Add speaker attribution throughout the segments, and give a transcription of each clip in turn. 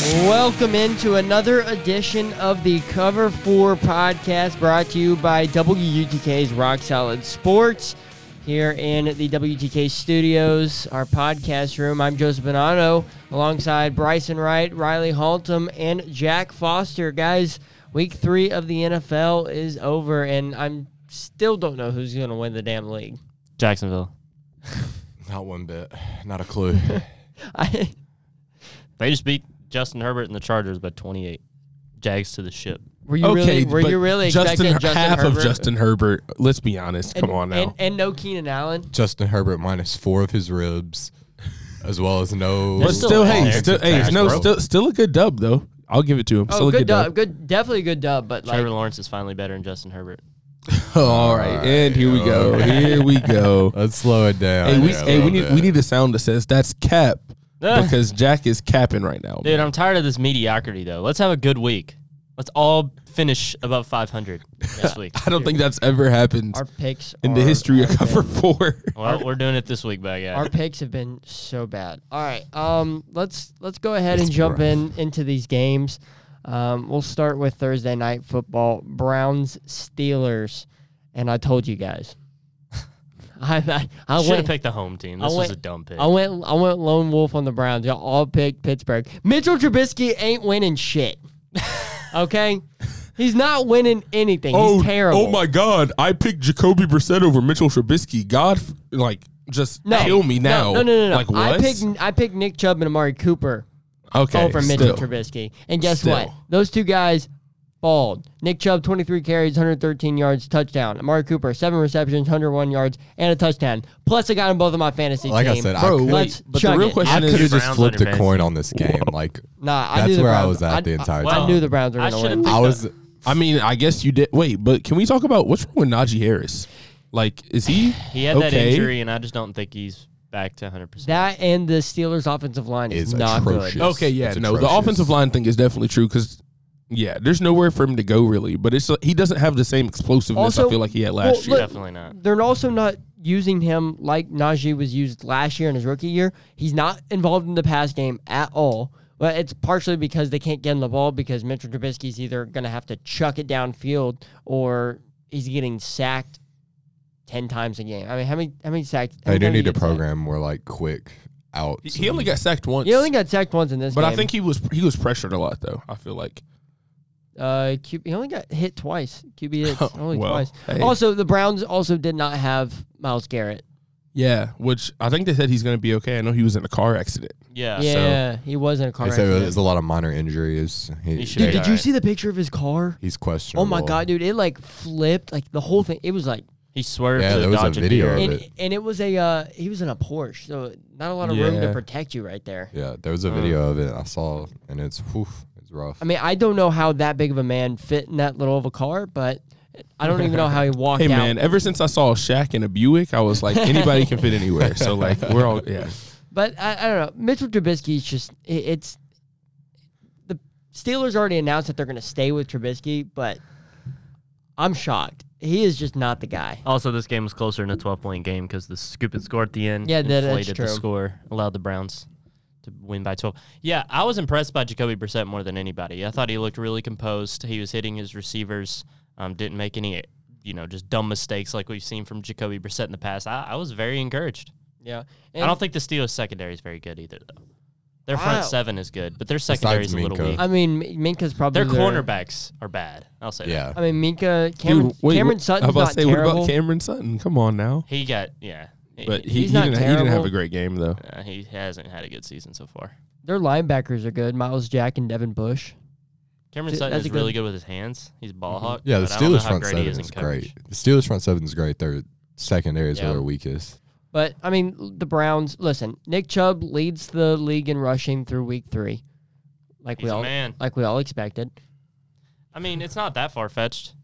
Speaker 1: welcome into another edition of the Cover 4 podcast brought to you by WUTK's Rock Solid Sports. Here in the WTK studios, our podcast room, I'm Joseph Bonanno alongside Bryson Wright, Riley Haltom, and Jack Foster. Guys, week three of the NFL is over, and I'm still don't know who's going to win the damn league.
Speaker 2: Jacksonville.
Speaker 3: Not one bit. Not a clue.
Speaker 1: I,
Speaker 2: They just beat Justin Herbert and the Chargers by 28. Jags to the ship.
Speaker 1: were you really were
Speaker 4: but
Speaker 1: you really
Speaker 4: Justin,
Speaker 1: expecting Justin
Speaker 4: half
Speaker 1: Herbert?
Speaker 4: of Justin Herbert? Let's be honest.
Speaker 1: and,
Speaker 4: Come on now.
Speaker 1: and, and no Keenan Allen.
Speaker 3: Justin Herbert minus four of his ribs, as well as no.
Speaker 4: but
Speaker 2: It's
Speaker 4: still,
Speaker 2: still
Speaker 4: hey,
Speaker 2: there.
Speaker 4: still,
Speaker 3: It's
Speaker 4: hey,
Speaker 3: back,
Speaker 4: no,
Speaker 3: bro.
Speaker 4: still, still a good dub though. I'll give it to him.
Speaker 1: Oh,
Speaker 4: still a
Speaker 1: good,
Speaker 4: good
Speaker 1: dub.
Speaker 4: dub.
Speaker 1: good, definitely a good dub. But like,
Speaker 2: Trevor Lawrence is finally better than Justin Herbert.
Speaker 4: All right, and here we go. Here we go.
Speaker 3: Let's slow it down.
Speaker 4: hey, we,
Speaker 3: here a
Speaker 4: hey, we
Speaker 3: little
Speaker 4: need
Speaker 3: bit.
Speaker 4: we need a sound that says that's cap
Speaker 2: Ah.
Speaker 4: because Jack is capping right now.
Speaker 2: Dude, I'm tired of this mediocrity, though. Let's have a good week. Let's all finish above 500 this week.
Speaker 4: I don't think that's ever happened
Speaker 1: our picks
Speaker 4: in the
Speaker 1: are-
Speaker 4: history of
Speaker 1: have
Speaker 4: Cover
Speaker 1: been-
Speaker 4: Four.
Speaker 2: Well, we're doing it this week, bad guy.
Speaker 1: Our picks have been so bad. All right, um, let's let's go ahead and
Speaker 3: It's
Speaker 1: jump
Speaker 3: rough.
Speaker 1: in into these games. Um, we'll start with Thursday night football, Browns Steelers, and I told you guys, I I, I
Speaker 2: Should have
Speaker 1: went.
Speaker 2: picked the home team.
Speaker 1: I
Speaker 2: This was
Speaker 1: went-
Speaker 2: a dumb pick.
Speaker 1: I went. I went lone wolf on the Browns. Y'all all picked Pittsburgh. Mitchell Trubisky ain't winning shit. okay, he's not winning anything. he's terrible.
Speaker 4: Oh my God! I picked Jacoby Brissett over Mitchell Trubisky. God, f- like just
Speaker 1: No.
Speaker 4: kill me now.
Speaker 1: No, no, no, no.
Speaker 4: Like what?
Speaker 1: I picked I picked Nick Chubb and Amari Cooper
Speaker 4: okay,
Speaker 1: over Mitchell Trubisky, and guess
Speaker 4: Still.
Speaker 1: what? Those two guys balled. Nick Chubb, 23 carries, 113 yards, touchdown. Amari Cooper, seven receptions, 101 yards, and a touchdown. Plus, I got them both on my fantasy
Speaker 3: Like
Speaker 1: team.
Speaker 3: I said, I
Speaker 4: Bro,
Speaker 3: could-
Speaker 1: Let's
Speaker 4: wait, but the
Speaker 1: chug
Speaker 4: real
Speaker 1: it.
Speaker 3: I
Speaker 4: question
Speaker 3: could have
Speaker 4: is,
Speaker 2: could've-
Speaker 3: just
Speaker 2: Browns
Speaker 3: flipped
Speaker 2: under
Speaker 3: a coin on this game. Like
Speaker 1: nah, I
Speaker 3: that's
Speaker 1: knew the
Speaker 3: where I
Speaker 1: Browns-
Speaker 3: was at
Speaker 1: I,
Speaker 3: the entire
Speaker 1: I, I
Speaker 3: time.
Speaker 1: knew the Browns were
Speaker 2: I
Speaker 1: going to
Speaker 2: should've
Speaker 1: win.
Speaker 2: picked-
Speaker 3: I was.
Speaker 4: I mean, I guess you did. Wait, but can we talk about what's wrong with Najee Harris? Like, is he?
Speaker 2: he had that
Speaker 4: okay.
Speaker 2: injury, and I just don't think he's back to 100%.
Speaker 1: That and the Steelers' offensive line is,
Speaker 3: Is
Speaker 1: not
Speaker 3: atrocious.
Speaker 1: good.
Speaker 4: Okay, yeah,
Speaker 3: It's
Speaker 4: no, the
Speaker 3: atrocious.
Speaker 4: offensive line thing is definitely true because. Yeah, there's nowhere for him to go really, but it's he doesn't have the same explosiveness
Speaker 1: Also-
Speaker 4: I feel like he had
Speaker 1: well,
Speaker 4: last year.
Speaker 1: look,
Speaker 2: Definitely not.
Speaker 1: They're also not using him like Najee was used last year in his rookie year. He's not involved in the pass game at all. But it's partially because they can't get him the ball because Mitchell Trubisky's either going to have to chuck it downfield or he's getting sacked ten times a game. I mean, how many how many sacks? how
Speaker 3: They
Speaker 1: many
Speaker 3: do
Speaker 1: times
Speaker 3: need
Speaker 1: did
Speaker 3: a
Speaker 1: he get
Speaker 3: program more like quick out.
Speaker 4: He- He only got sacked once.
Speaker 1: sacked? He only got sacked once in this
Speaker 4: but
Speaker 1: game.
Speaker 4: I think he was he was pressured a lot though. I feel like
Speaker 1: Uh, Q- he only got hit twice. QB hits only
Speaker 4: well,
Speaker 1: twice.
Speaker 4: hey.
Speaker 1: Also, the Browns also did not have Miles Garrett.
Speaker 4: yeah, which I think they said he's going to be okay. I know he was in a car accident.
Speaker 2: Yeah.
Speaker 1: Yeah, he was in a car
Speaker 3: They said
Speaker 1: accident.
Speaker 3: there's a lot of minor injuries. He,
Speaker 2: He should
Speaker 1: Dude,
Speaker 2: be
Speaker 1: did you
Speaker 2: alright.
Speaker 1: see the picture of his car?
Speaker 3: he's questionable.
Speaker 1: Oh my god, dude! It like flipped, like the whole thing. It was like,
Speaker 2: He swerved
Speaker 3: Yeah,
Speaker 2: to
Speaker 3: there was a
Speaker 2: dodge a
Speaker 3: video
Speaker 2: deer.
Speaker 3: of
Speaker 1: and,
Speaker 3: it.
Speaker 1: and it was a uh, he was in a Porsche, so not a lot of room to
Speaker 4: Yeah.
Speaker 1: protect you right there.
Speaker 3: Yeah, there was a video of it I saw, and it's whew, it's rough.
Speaker 1: I mean, I don't know how that big of a man fit in that little of a car, but I don't even know how he walked
Speaker 4: Hey
Speaker 1: out.
Speaker 4: man, ever since I saw Shaq in a Buick, I was like anybody can fit anywhere. So like we're all yeah.
Speaker 1: But I, I don't know. Mitchell Trubisky's just it, it's the Steelers already announced that they're going to stay with Trubisky, but I'm shocked. He is just not the guy.
Speaker 2: Also, this game was closer than a 12 point game because the stupid score at the end
Speaker 1: Yeah, that- that's
Speaker 2: inflated
Speaker 1: true.
Speaker 2: the score, allowed the Browns to win by 12. Yeah, I was impressed by Jacoby Brissett more than anybody. I thought he looked really composed. He was hitting his receivers, um, didn't make any, you know, just dumb mistakes like we've seen from Jacoby Brissett in the past. I, I was very encouraged.
Speaker 1: Yeah,
Speaker 2: I don't think the Steelers' secondary is very good either, though. Their
Speaker 1: I-
Speaker 2: front seven is good, but their secondary is a little
Speaker 3: Minka.
Speaker 2: weak.
Speaker 1: I mean, M- Minka's probably
Speaker 2: Their cornerbacks are bad. I'll say that.
Speaker 3: yeah,
Speaker 1: I mean, Minka Cameron
Speaker 4: wait,
Speaker 1: Cameron
Speaker 4: what-
Speaker 1: Sutton's
Speaker 4: I
Speaker 1: not
Speaker 4: was about to say
Speaker 1: terrible.
Speaker 4: what about Cameron Sutton? Come on now.
Speaker 2: He got, yeah.
Speaker 4: But
Speaker 2: he,
Speaker 4: he, he,
Speaker 1: He's not
Speaker 4: didn't, he didn't have
Speaker 1: terrible.
Speaker 4: a great game though.
Speaker 2: uh, he hasn't had a good season so far.
Speaker 1: Their linebackers are good. Miles Jack and Devin Bush.
Speaker 2: Cameron
Speaker 1: Th-
Speaker 2: Sutton
Speaker 1: that's
Speaker 2: is
Speaker 1: a Mm-hmm.
Speaker 2: really good with his hands. He's a ball hawk.
Speaker 3: yeah. The
Speaker 2: but I don't know
Speaker 3: Steelers
Speaker 2: how
Speaker 3: front
Speaker 2: great he
Speaker 3: seven
Speaker 2: is in
Speaker 3: is
Speaker 2: coverage.
Speaker 3: great. The Steelers front seven is great. Their secondary is
Speaker 1: Yeah.
Speaker 3: where they're weakest.
Speaker 1: But I mean, the Browns. Listen, Nick Chubb leads the league in rushing through week three, like we
Speaker 2: He's a
Speaker 1: all
Speaker 2: man.
Speaker 1: like we all expected.
Speaker 2: I mean, it's not that far fetched,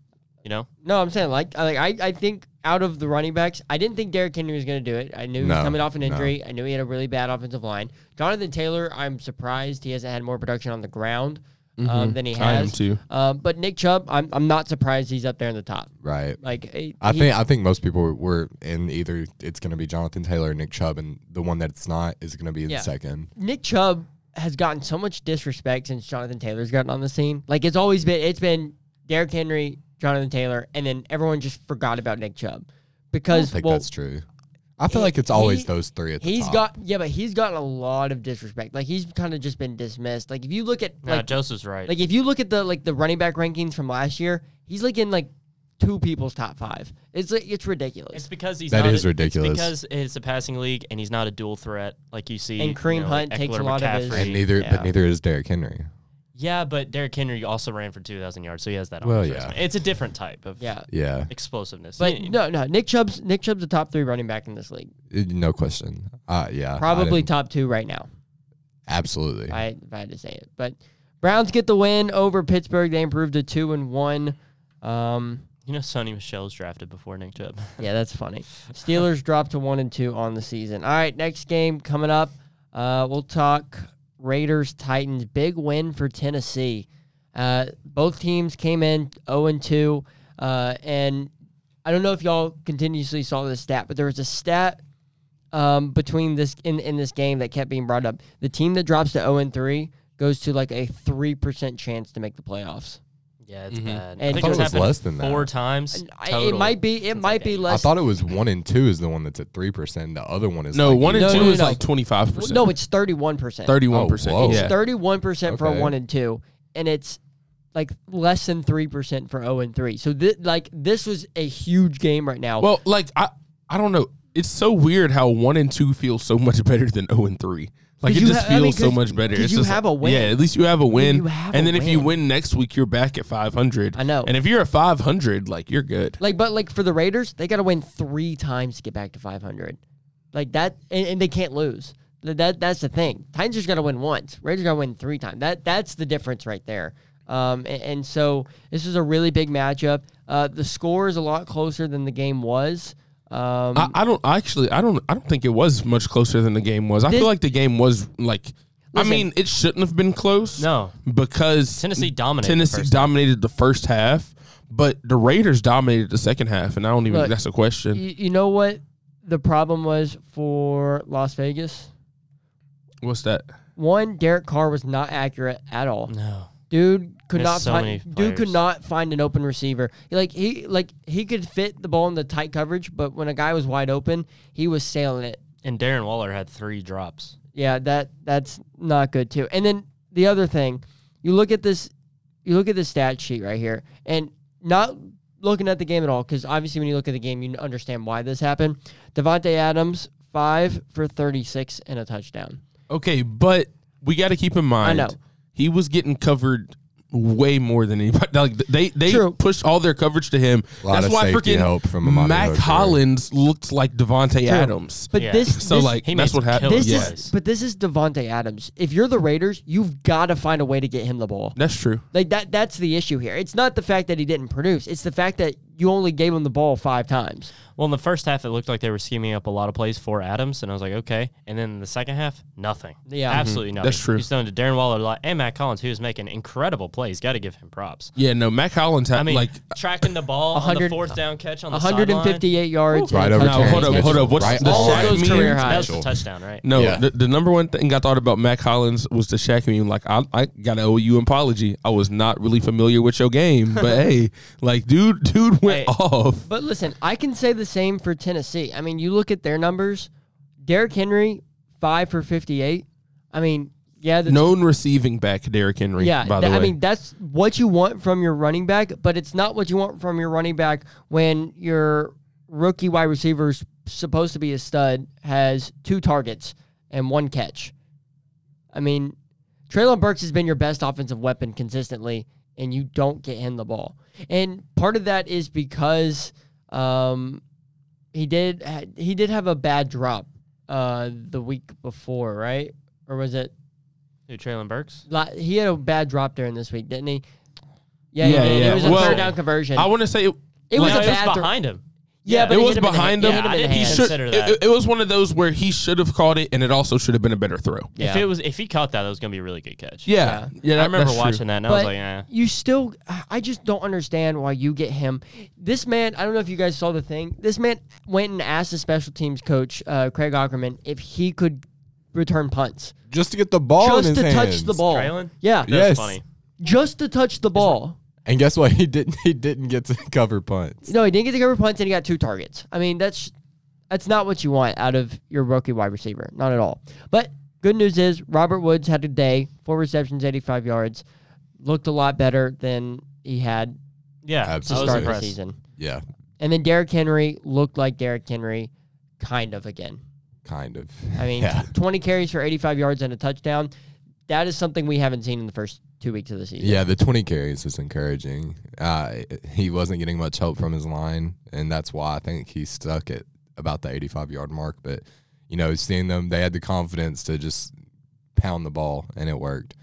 Speaker 2: you know.
Speaker 1: No, I'm saying like I- like I, I think out of the running backs, I didn't think Derrick Henry was going to do it. I knew he was
Speaker 3: No,
Speaker 1: coming off an
Speaker 3: no.
Speaker 1: injury. I knew he had a really bad offensive line. Jonathan Taylor, I'm surprised he hasn't had more production on the ground um, than he has.
Speaker 4: Mm-hmm. I am too.
Speaker 1: Um, but Nick Chubb, I'm I'm not surprised he's up there in the top.
Speaker 3: Right.
Speaker 1: Like he-
Speaker 3: I
Speaker 1: he-
Speaker 3: think I think most people were in either it's going to be Jonathan Taylor, or Nick Chubb, and the one that's not is going to be the
Speaker 1: Yeah.
Speaker 3: second.
Speaker 1: Nick Chubb has gotten so much disrespect since Jonathan Taylor's gotten on the scene. Like it's always been it's been Derrick Henry, Jonathan Taylor, and then everyone just forgot about Nick Chubb
Speaker 3: I don't
Speaker 1: because
Speaker 3: think
Speaker 1: well
Speaker 3: that's true. I feel
Speaker 1: he-
Speaker 3: like it's always
Speaker 1: he-
Speaker 3: those three at the
Speaker 1: he's
Speaker 3: top.
Speaker 1: got yeah, but he's gotten a lot of disrespect. Like he's kind of just been dismissed. Like if you look at
Speaker 2: Nah,
Speaker 1: like
Speaker 2: Joseph's right.
Speaker 1: like if you look at the like the running back rankings from last year, he's like in like two people's top five. It's like it's
Speaker 2: it's
Speaker 1: ridiculous.
Speaker 2: because he's
Speaker 3: That
Speaker 2: not
Speaker 3: is
Speaker 2: a-
Speaker 3: ridiculous.
Speaker 2: It's because it's a passing league and he's not a dual threat like you see.
Speaker 1: And Kareem
Speaker 2: you know,
Speaker 1: Hunt
Speaker 2: like
Speaker 1: takes a
Speaker 2: Eckler,
Speaker 1: lot of his-
Speaker 2: McCaffrey.
Speaker 3: and neither,
Speaker 1: yeah.
Speaker 3: but neither is Derrick Henry.
Speaker 2: Yeah, but Derrick Henry also ran for two thousand yards, so he has that. on
Speaker 3: Well,
Speaker 2: his
Speaker 3: yeah.
Speaker 2: resume. it's a different type of
Speaker 1: Yeah.
Speaker 3: Yeah,
Speaker 2: explosiveness.
Speaker 1: But
Speaker 2: Yeah,
Speaker 1: no, no, Nick Chubb's Nick Chubb's the top three running back in this league.
Speaker 3: Uh, no question. Uh, yeah, I
Speaker 1: Probably
Speaker 3: didn't-
Speaker 1: top two right now.
Speaker 3: absolutely.
Speaker 1: If I, if I had to say it. But Browns get the win over Pittsburgh. They improved to two and one. Um,
Speaker 2: you know, Sonny Michelle's drafted before Nick Chubb.
Speaker 1: yeah, that's funny. Steelers dropped to one and two on the season. All right, next game coming up. Uh, we'll talk Raiders Titans. Big win for Tennessee. Uh, both teams came in zero and two, uh, and I don't know if y'all continuously saw this stat, but there was a stat um, between this in in this game that kept being brought up. The team that drops to zero and three goes to like a three percent chance to make the playoffs.
Speaker 2: Yeah, it's
Speaker 4: Mhm.
Speaker 2: bad.
Speaker 1: And-
Speaker 2: I think
Speaker 1: I thought
Speaker 2: it's
Speaker 1: it
Speaker 3: Mm-hmm. was
Speaker 2: happened
Speaker 3: less than that.
Speaker 2: four times.
Speaker 1: And I- It
Speaker 2: total.
Speaker 1: might be it
Speaker 2: since
Speaker 1: might be
Speaker 2: that
Speaker 3: I
Speaker 1: less.
Speaker 3: thought it was one and two is the one that's at three percent. The other one is
Speaker 4: No,
Speaker 3: like
Speaker 4: one and
Speaker 1: No,
Speaker 4: two
Speaker 1: no,
Speaker 4: is
Speaker 1: no.
Speaker 4: like twenty five
Speaker 1: Well,
Speaker 4: percent.
Speaker 1: no, it's thirty one percent.
Speaker 4: thirty one percent.
Speaker 3: Oh, whoa.
Speaker 4: Yeah,
Speaker 1: Thirty one percent for
Speaker 3: Okay.
Speaker 1: one and two, and it's like less than three percent for zero and three. So thi- like this was a huge game right now.
Speaker 4: Well, like I, I don't know. It's so weird how one and two feels so much better than zero and three. Like it
Speaker 1: you
Speaker 4: just
Speaker 1: ha- I
Speaker 4: feels
Speaker 1: mean,
Speaker 4: so
Speaker 1: 'cause-
Speaker 4: much better.
Speaker 1: 'cause
Speaker 4: It's
Speaker 1: you
Speaker 4: just
Speaker 1: have
Speaker 4: like-
Speaker 1: a win.
Speaker 4: Yeah, at least you have a win.
Speaker 1: You have
Speaker 4: and
Speaker 1: a
Speaker 4: then if you
Speaker 1: win.
Speaker 4: win next week, you're back at five hundred.
Speaker 1: I know.
Speaker 4: And if you're at five hundred, like you're good.
Speaker 1: like but like for the Raiders, they got to win three times to get back to five hundred. Like that, and, and they can't lose. Th- That that's the thing. Titans just got to win once. Raiders got to win three times. That that's the difference right there. Um, a- and, so this is a really big matchup. Uh, the score is a lot closer than the game was. Um,
Speaker 4: I, I don't actually. I don't. I don't think it was much closer than the game was. I
Speaker 1: This-
Speaker 4: feel like the game was like. I
Speaker 1: Listen.
Speaker 4: mean, it shouldn't have been close.
Speaker 2: No.
Speaker 4: because
Speaker 2: Tennessee dominated the
Speaker 4: Tennessee
Speaker 2: first half.
Speaker 4: dominated the first half, but the Raiders dominated the second half, and I don't even.
Speaker 1: Look,
Speaker 4: that's a question.
Speaker 1: you, you know what the problem was for Las Vegas?
Speaker 4: What's that?
Speaker 1: One, Derek Carr was not accurate at all.
Speaker 2: No.
Speaker 1: Dude could
Speaker 2: Missed
Speaker 1: not
Speaker 2: so many
Speaker 1: find dude could
Speaker 2: players.
Speaker 1: not find an open receiver. He, Like he like he could fit the ball in the tight coverage, but when a guy was wide open, he was sailing it.
Speaker 2: And Darren Waller had three drops.
Speaker 1: Yeah, that that's not good too. And then the other thing, you look at this, you look at the stat sheet right here, and not looking at the game at all because obviously when you look at the game, you understand why this happened. Devonte Adams five for thirty six and a touchdown.
Speaker 4: Okay, but we got to keep in mind.
Speaker 1: know.
Speaker 4: he was getting covered way more than anybody. Like they they
Speaker 1: True.
Speaker 4: pushed all their coverage to him.
Speaker 3: Lot
Speaker 4: That's
Speaker 3: of
Speaker 4: why
Speaker 3: safety
Speaker 4: freaking
Speaker 3: help from Amani
Speaker 4: Mac
Speaker 3: Hooker.
Speaker 4: Hollins looked like Devonte Adams.
Speaker 1: But
Speaker 2: Yeah.
Speaker 1: this
Speaker 4: So
Speaker 1: this-
Speaker 4: like
Speaker 2: He
Speaker 4: that's
Speaker 2: made
Speaker 4: what
Speaker 2: some
Speaker 4: happened.
Speaker 1: this
Speaker 2: kills.
Speaker 4: Yeah,
Speaker 1: is but this is Devonte Adams. If you're the Raiders, you've got to find a way to get him the ball.
Speaker 4: that's true.
Speaker 1: Like that that's the issue here. It's not the fact that he didn't produce. It's the fact that you only gave him the ball five times.
Speaker 2: Well, in the first half, it looked like they were scheming up a lot of plays for Adams, and I was like, okay. And then in the second half, nothing.
Speaker 1: Yeah.
Speaker 2: absolutely nothing.
Speaker 4: Mm-hmm. That's true.
Speaker 2: He's throwing to Darren Waller a lot, and Matt Collins, who was making incredible plays. Got to give him props.
Speaker 4: Yeah, no, Mac Hollins had
Speaker 2: I mean,
Speaker 4: like
Speaker 2: tracking the ball on the
Speaker 1: 100
Speaker 2: fourth down catch on the sideline.
Speaker 1: 158 yards.
Speaker 3: Right
Speaker 1: and a
Speaker 3: over
Speaker 1: touchdown.
Speaker 3: Terrence
Speaker 4: hold up,
Speaker 3: Mitchell.
Speaker 4: hold up. What's
Speaker 3: right
Speaker 4: the
Speaker 3: on
Speaker 1: All
Speaker 4: Shaq
Speaker 1: those
Speaker 4: meme?
Speaker 1: career
Speaker 2: That
Speaker 1: highs.
Speaker 2: was the touchdown, right?
Speaker 4: no,
Speaker 3: Yeah.
Speaker 4: the, the number one thing I thought about Mac Hollins was the Shaq meme. Like I, I gotta owe you an apology. I was not really familiar with your game, but hey, like dude, dude went
Speaker 2: Hey.
Speaker 4: off.
Speaker 1: But listen, I can say the same for Tennessee. I mean, you look at their numbers. Derrick Henry, five for 58. I mean, yeah, that's,
Speaker 4: Known receiving back Derrick Henry.
Speaker 1: yeah.
Speaker 4: by the
Speaker 1: th-
Speaker 4: way,
Speaker 1: I mean, that's what you want from your running back, but it's not what you want from your running back when your rookie wide receiver, who's supposed to be a stud, has two targets and one catch. I mean, Traylon Burks has been your best offensive weapon consistently, and you don't get him the ball. And part of that is because um, he did ha- he did have a bad drop uh, the week before, right? Or was it
Speaker 2: Who, Traylon Burks?
Speaker 1: la- he had a bad drop during this week, didn't he? Yeah,
Speaker 4: Yeah,
Speaker 1: he did.
Speaker 4: yeah.
Speaker 1: It was a
Speaker 4: Well,
Speaker 1: third down conversion.
Speaker 4: I want to say it,
Speaker 1: it was
Speaker 2: no,
Speaker 1: a
Speaker 2: it was
Speaker 1: bad. throw.
Speaker 2: behind him.
Speaker 1: Yeah,
Speaker 2: Yeah,
Speaker 1: but
Speaker 4: it
Speaker 1: he
Speaker 4: was
Speaker 1: hit him in the
Speaker 4: behind
Speaker 1: hand. He
Speaker 4: him.
Speaker 1: hit
Speaker 2: Yeah,
Speaker 1: him in the
Speaker 2: I
Speaker 4: he
Speaker 2: didn't
Speaker 1: hand.
Speaker 4: should.
Speaker 2: consider
Speaker 4: It,
Speaker 2: that.
Speaker 4: it was one of those where he should have caught it, and it also should have been a better throw.
Speaker 2: If it was, if he caught that, that was gonna be a really good catch.
Speaker 4: Yeah, yeah. that-
Speaker 2: I remember
Speaker 4: that's true.
Speaker 2: watching that, and I was like, eh.
Speaker 1: you still, I just don't understand why you get him. This man, I don't know if you guys saw the thing. This man went and asked the special teams coach, uh, Craig Ackerman, if he could return punts.
Speaker 3: just to get the ball in
Speaker 1: just
Speaker 3: his
Speaker 1: to
Speaker 3: hands.
Speaker 1: touch the ball.
Speaker 2: Traylon?
Speaker 1: Yeah.
Speaker 2: That was
Speaker 3: Yes.
Speaker 2: funny.
Speaker 1: Just to touch the ball.
Speaker 3: And guess what? He didn't. He didn't get to cover punts.
Speaker 1: No, he didn't get the cover punts and he got two targets. I mean, that's that's not what you want out of your rookie wide receiver. Not at all. But good news is Robert Woods had a day, four receptions, 85 yards. Looked a lot better than he had
Speaker 2: Yeah,
Speaker 1: to
Speaker 3: Absolutely.
Speaker 2: I was
Speaker 1: start the
Speaker 2: impressed.
Speaker 1: season.
Speaker 3: Yeah,
Speaker 1: And then Derrick Henry looked like Derrick Henry kind of again.
Speaker 3: kind of.
Speaker 1: I mean,
Speaker 3: yeah,
Speaker 1: 20 carries for 85 yards and a touchdown. That is something we haven't seen in the first two weeks of the season.
Speaker 3: yeah. The twenty carries is encouraging. Uh, he wasn't getting much help from his line, and that's why I think he stuck at about the eighty-five yard mark. But you know, seeing them, they had the confidence to just pound the ball, and it worked.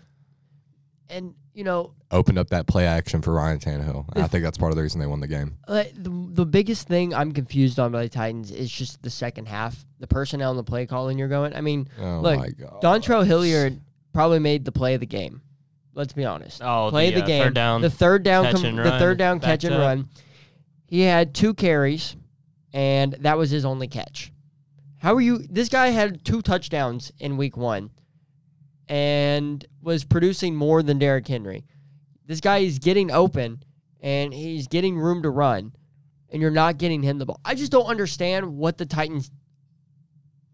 Speaker 1: And, you know,
Speaker 3: Opened up that play action for Ryan Tannehill. And I think that's part of the reason they won the game.
Speaker 1: Uh, the, the biggest thing I'm confused on by the Titans is just the second half, the personnel and the play calling you're going. I mean,
Speaker 3: Oh
Speaker 1: Look,
Speaker 3: my god.
Speaker 1: Dontrell Hilliard probably made the play of the game. Let's be honest.
Speaker 2: Oh,
Speaker 1: play
Speaker 2: the,
Speaker 1: of the
Speaker 2: uh,
Speaker 1: game,
Speaker 2: third down
Speaker 1: the third down,
Speaker 2: catch
Speaker 1: com-
Speaker 2: and
Speaker 1: the
Speaker 2: run,
Speaker 1: third down catch
Speaker 2: backed
Speaker 1: and
Speaker 2: up.
Speaker 1: run. He had two carries, and that was his only catch. How are you? This guy had two touchdowns in week one, and was producing more than Derrick Henry. This guy is getting open, and he's getting room to run, and you're not getting him the ball. I just don't understand what the Titans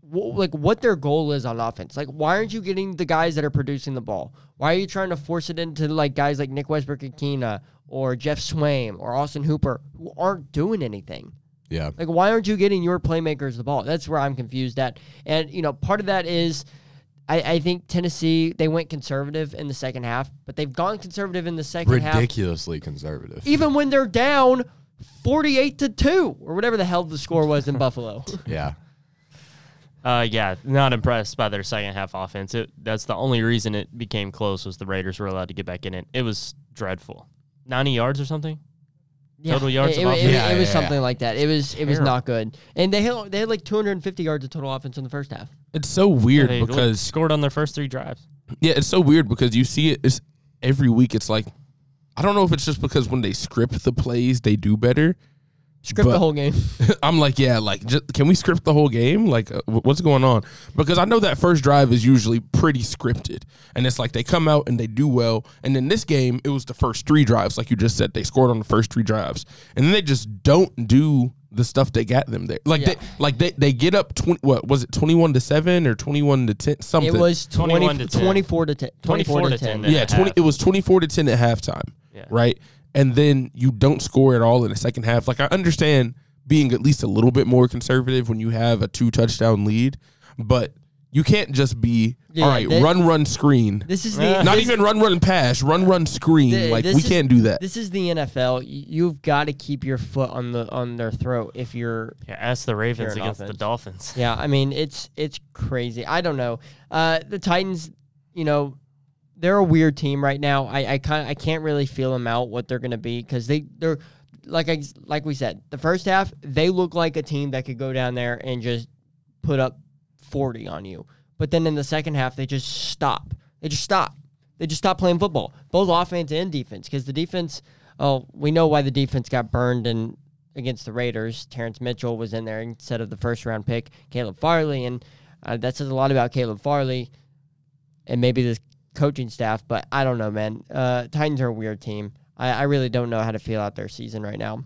Speaker 1: wh- like what their goal is on offense. Like, why aren't you getting the guys that are producing the ball? Why are you trying to force it into like guys like Nick Westbrook Akina or Jeff Swaim or Austin Hooper who aren't doing anything?
Speaker 3: Yeah.
Speaker 1: Like, why aren't you getting your playmakers the ball? That's where I'm confused at. And you know, part of that is. I, I think Tennessee they went conservative in the second half, but they've gone conservative in the second half
Speaker 3: Ridiculously conservative.
Speaker 1: even when they're down 48 to 2 or whatever the hell the score was in Buffalo.
Speaker 3: Yeah.
Speaker 2: Uh, yeah, not impressed by their second half offense. It, that's the only reason it became close was the Raiders were allowed to get back in it. It was dreadful. Ninety yards or something. Total yards
Speaker 1: It, it,
Speaker 2: of
Speaker 1: it-
Speaker 2: offense.
Speaker 3: Yeah,
Speaker 1: it was
Speaker 3: yeah,
Speaker 1: something like that. It was it was
Speaker 2: Terrible.
Speaker 1: not good. And they had, they had like 250 yards of total offense in the first half.
Speaker 4: It's so weird
Speaker 2: They
Speaker 4: because
Speaker 2: scored on their first three drives.
Speaker 4: Yeah, it's so weird because you see it it's every week. It's like I don't know if it's just because when they script the plays, they do better.
Speaker 1: Script the
Speaker 4: But-
Speaker 1: whole game.
Speaker 4: I'm like, yeah, like just, can we script the whole game? Like, uh, wh- what's going on? Because I know that first drive is usually pretty scripted, and it's like they come out and they do well. And in this game, it was the first three drives, like you just said, they scored on the first three drives, and then they just don't do the stuff they got them there. Like
Speaker 1: Yeah.
Speaker 4: they, like they, they get up twenty. What was it, twenty one to seven or twenty one to ten? Something.
Speaker 1: It was 20,
Speaker 2: 21 to 10.
Speaker 1: 24 to 10. 24, to 10.
Speaker 2: then.
Speaker 4: yeah,
Speaker 2: at
Speaker 4: twenty.
Speaker 2: half.
Speaker 4: It was twenty four to ten at halftime,
Speaker 2: Yeah.
Speaker 4: right? And then you don't score at all in the second half. Like I understand being at least a little bit more conservative when you have a two touchdown lead, but you can't just be
Speaker 1: Yeah,
Speaker 4: all right.
Speaker 1: that-
Speaker 4: run, run, screen.
Speaker 1: This is the
Speaker 2: Yeah.
Speaker 4: Not even run, run, pass. Run, run, screen.
Speaker 1: Th-
Speaker 4: like we
Speaker 1: this is-
Speaker 4: can't do that.
Speaker 1: This is the NFL. Y- You've got to keep your foot on the on their throat if you're
Speaker 2: Yeah, ask the Ravens
Speaker 1: Pure
Speaker 2: against the
Speaker 1: offense.
Speaker 2: Dolphins.
Speaker 1: Yeah, I mean it's it's crazy. I don't know. Uh, the Titans, you know, they're a weird team right now. I I kind I can't really feel them out what they're gonna be because they they're like I like we said the first half they look like a team that could go down there and just put up forty on you, but then in the second half they just stop. They just stop. They just stop playing football, both offense and defense, because the defense. Oh, we know why the defense got burned and against the Raiders. Terrence Mitchell was in there instead of the first round pick, Caleb Farley, and uh, that says a lot about Caleb Farley and maybe this coaching staff. But I don't know, man. Uh, Titans are a weird team. I, I really don't know how to feel out their season right now.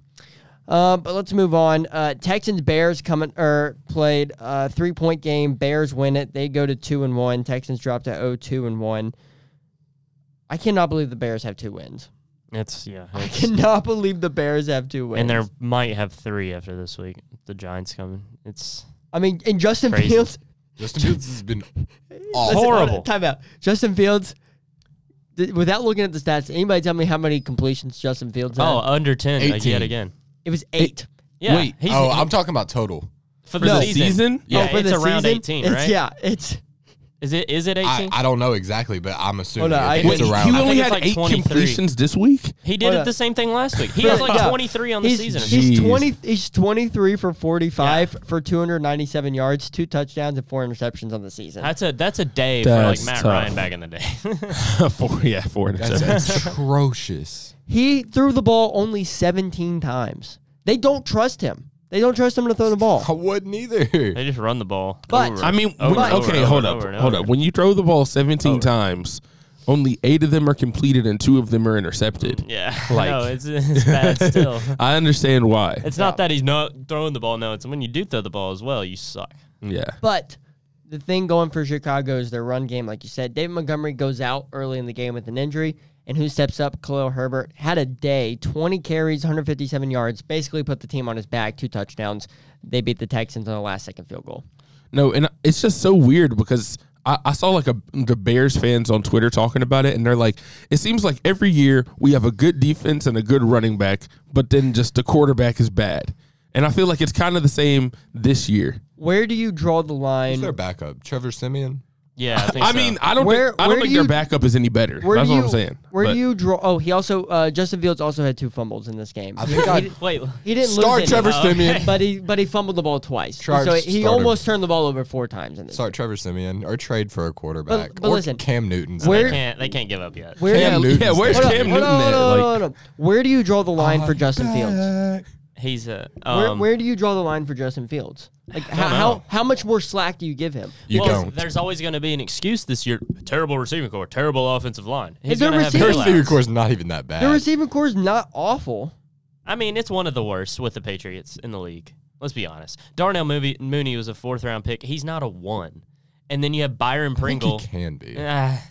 Speaker 1: Uh, but let's move on. Uh, Texans Bears coming or played a three point game. Bears win it. They go to two and one. Texans drop to 0 2 and one. I cannot believe the Bears have two wins.
Speaker 2: It's yeah,
Speaker 1: I
Speaker 2: it's-
Speaker 1: cannot believe the Bears have two wins.
Speaker 2: and there might have three after this week. The Giants coming. It's
Speaker 1: I mean, and Justin
Speaker 2: Crazy.
Speaker 1: Fields.
Speaker 3: Justin Fields has been
Speaker 1: Listen,
Speaker 3: awful.
Speaker 1: hold on,
Speaker 2: Horrible.
Speaker 1: Time out. Justin Fields. th- without looking at the stats, anybody tell me how many completions Justin Fields had?
Speaker 2: oh under ten like,
Speaker 3: 18.
Speaker 2: yet again.
Speaker 1: it was eight.
Speaker 2: Yeah,
Speaker 4: Wait,
Speaker 2: he's
Speaker 3: oh, I'm talking about total.
Speaker 2: for
Speaker 1: No.
Speaker 2: the season.
Speaker 4: Season?
Speaker 2: Yeah,
Speaker 1: Oh, for
Speaker 2: it's
Speaker 1: the
Speaker 2: around
Speaker 1: season?
Speaker 2: eighteen,
Speaker 1: It's-
Speaker 2: right?
Speaker 1: Yeah, it's
Speaker 2: Is it is it
Speaker 3: I,
Speaker 2: eighteen?
Speaker 3: I don't know exactly, but I'm assuming
Speaker 1: Hold on,
Speaker 3: it-
Speaker 1: I-
Speaker 3: it's
Speaker 4: Wait,
Speaker 3: around.
Speaker 4: you
Speaker 2: I
Speaker 4: only
Speaker 2: think it's
Speaker 4: had
Speaker 2: like
Speaker 4: eight
Speaker 2: 23.
Speaker 4: completions this week.
Speaker 2: He did
Speaker 1: Hold
Speaker 2: it
Speaker 1: on.
Speaker 2: the same thing last week. He has like
Speaker 1: Yeah.
Speaker 2: 23 on the
Speaker 1: he's,
Speaker 2: season.
Speaker 1: he's
Speaker 4: Jeez.
Speaker 1: twenty. He's twenty three for forty five for two hundred ninety seven yards, two touchdowns, and four interceptions on the season.
Speaker 2: That's a that's a day
Speaker 4: That's
Speaker 2: for like Matt
Speaker 4: tough.
Speaker 2: Ryan back in the day.
Speaker 4: four, yeah, four and
Speaker 3: That's
Speaker 4: seven.
Speaker 3: atrocious.
Speaker 1: he threw the ball only seventeen times. They don't trust him. They don't trust him to throw the ball.
Speaker 3: I wouldn't either.
Speaker 2: They just run the ball.
Speaker 1: But-
Speaker 2: over
Speaker 4: I mean,
Speaker 2: and
Speaker 4: when-
Speaker 2: over and
Speaker 4: okay,
Speaker 2: over
Speaker 4: hold
Speaker 2: and
Speaker 4: up,
Speaker 2: over and
Speaker 4: hold
Speaker 2: over.
Speaker 4: up. When you throw the ball 17 times, only eight of them are completed and two of them are intercepted.
Speaker 2: Yeah,
Speaker 4: Like-
Speaker 2: no, it's, it's bad still.
Speaker 4: I understand why.
Speaker 2: It's not that he's not throwing the ball. No, it's when you do throw the ball as well, you suck.
Speaker 4: Yeah.
Speaker 1: But the thing going for Chicago is their run game, like you said. David Montgomery goes out early in the game with an injury, and who steps up? Khalil Herbert had a day, 20 carries, 157 yards, basically put the team on his back, two touchdowns. They beat the Texans on the last second field goal.
Speaker 4: No, and it's just so weird because I, I saw like a the Bears fans on Twitter talking about it, and they're like, it seems like every year we have a good defense and a good running back, but then just the quarterback is bad. And I feel like it's kind of the same this year.
Speaker 1: Where do you draw the line?
Speaker 3: Who's their backup? Trevor Simeon.
Speaker 2: Yeah, I, think
Speaker 4: I
Speaker 2: so.
Speaker 4: mean, I don't
Speaker 1: Where-
Speaker 4: think, I don't
Speaker 1: where
Speaker 4: think
Speaker 1: do
Speaker 4: their
Speaker 1: you-
Speaker 4: backup is any better.
Speaker 1: Where
Speaker 4: That's
Speaker 1: do
Speaker 4: what
Speaker 1: you,
Speaker 4: I'm saying.
Speaker 1: Where
Speaker 4: But
Speaker 1: do you draw? Oh, he also uh, Justin Fields also had two fumbles in this game.
Speaker 3: I think I
Speaker 2: wait,
Speaker 1: He didn't
Speaker 3: start
Speaker 1: lose
Speaker 3: Trevor
Speaker 1: any, Uh,
Speaker 3: Simeon.
Speaker 1: but he but he fumbled the ball twice.
Speaker 3: Try-
Speaker 1: so he
Speaker 3: start him.
Speaker 1: almost turned the ball over four times in this.
Speaker 3: Start Trevor Simeon or trade for a quarterback.
Speaker 1: but
Speaker 3: or
Speaker 1: listen,
Speaker 3: Cam Newton's
Speaker 1: where-
Speaker 2: they can't they can't give up yet.
Speaker 1: Where
Speaker 3: Cam
Speaker 1: do you,
Speaker 3: Newton's
Speaker 4: yeah, where's
Speaker 3: there.
Speaker 1: Hold on,
Speaker 4: Cam
Speaker 1: hold
Speaker 4: Newton
Speaker 1: on, hold
Speaker 4: at?
Speaker 1: on,
Speaker 4: Like-
Speaker 1: hold on. Where do you draw the line
Speaker 3: Oh,
Speaker 1: for Justin Fields?
Speaker 2: He's a
Speaker 1: Where,
Speaker 2: um,
Speaker 1: where do you draw the line for Justin Fields? Like how,
Speaker 2: know.
Speaker 1: how how much more slack do you give him?
Speaker 3: You
Speaker 2: well,
Speaker 3: don't.
Speaker 2: There's always going to be an excuse this year. Terrible receiving core, terrible offensive line. He's
Speaker 1: their
Speaker 2: going to have
Speaker 1: receiver-
Speaker 3: Their
Speaker 1: Relax.
Speaker 3: receiver core is not even that
Speaker 1: Their
Speaker 3: bad.
Speaker 1: receiving core is not awful.
Speaker 2: I mean, it's one of the worst with the Patriots in the league. Let's be honest. Darnell Mooney, Mooney was a fourth round pick. He's not a one. And then you have Byron
Speaker 3: I think he
Speaker 2: Pringle.
Speaker 3: can be.
Speaker 2: Ah,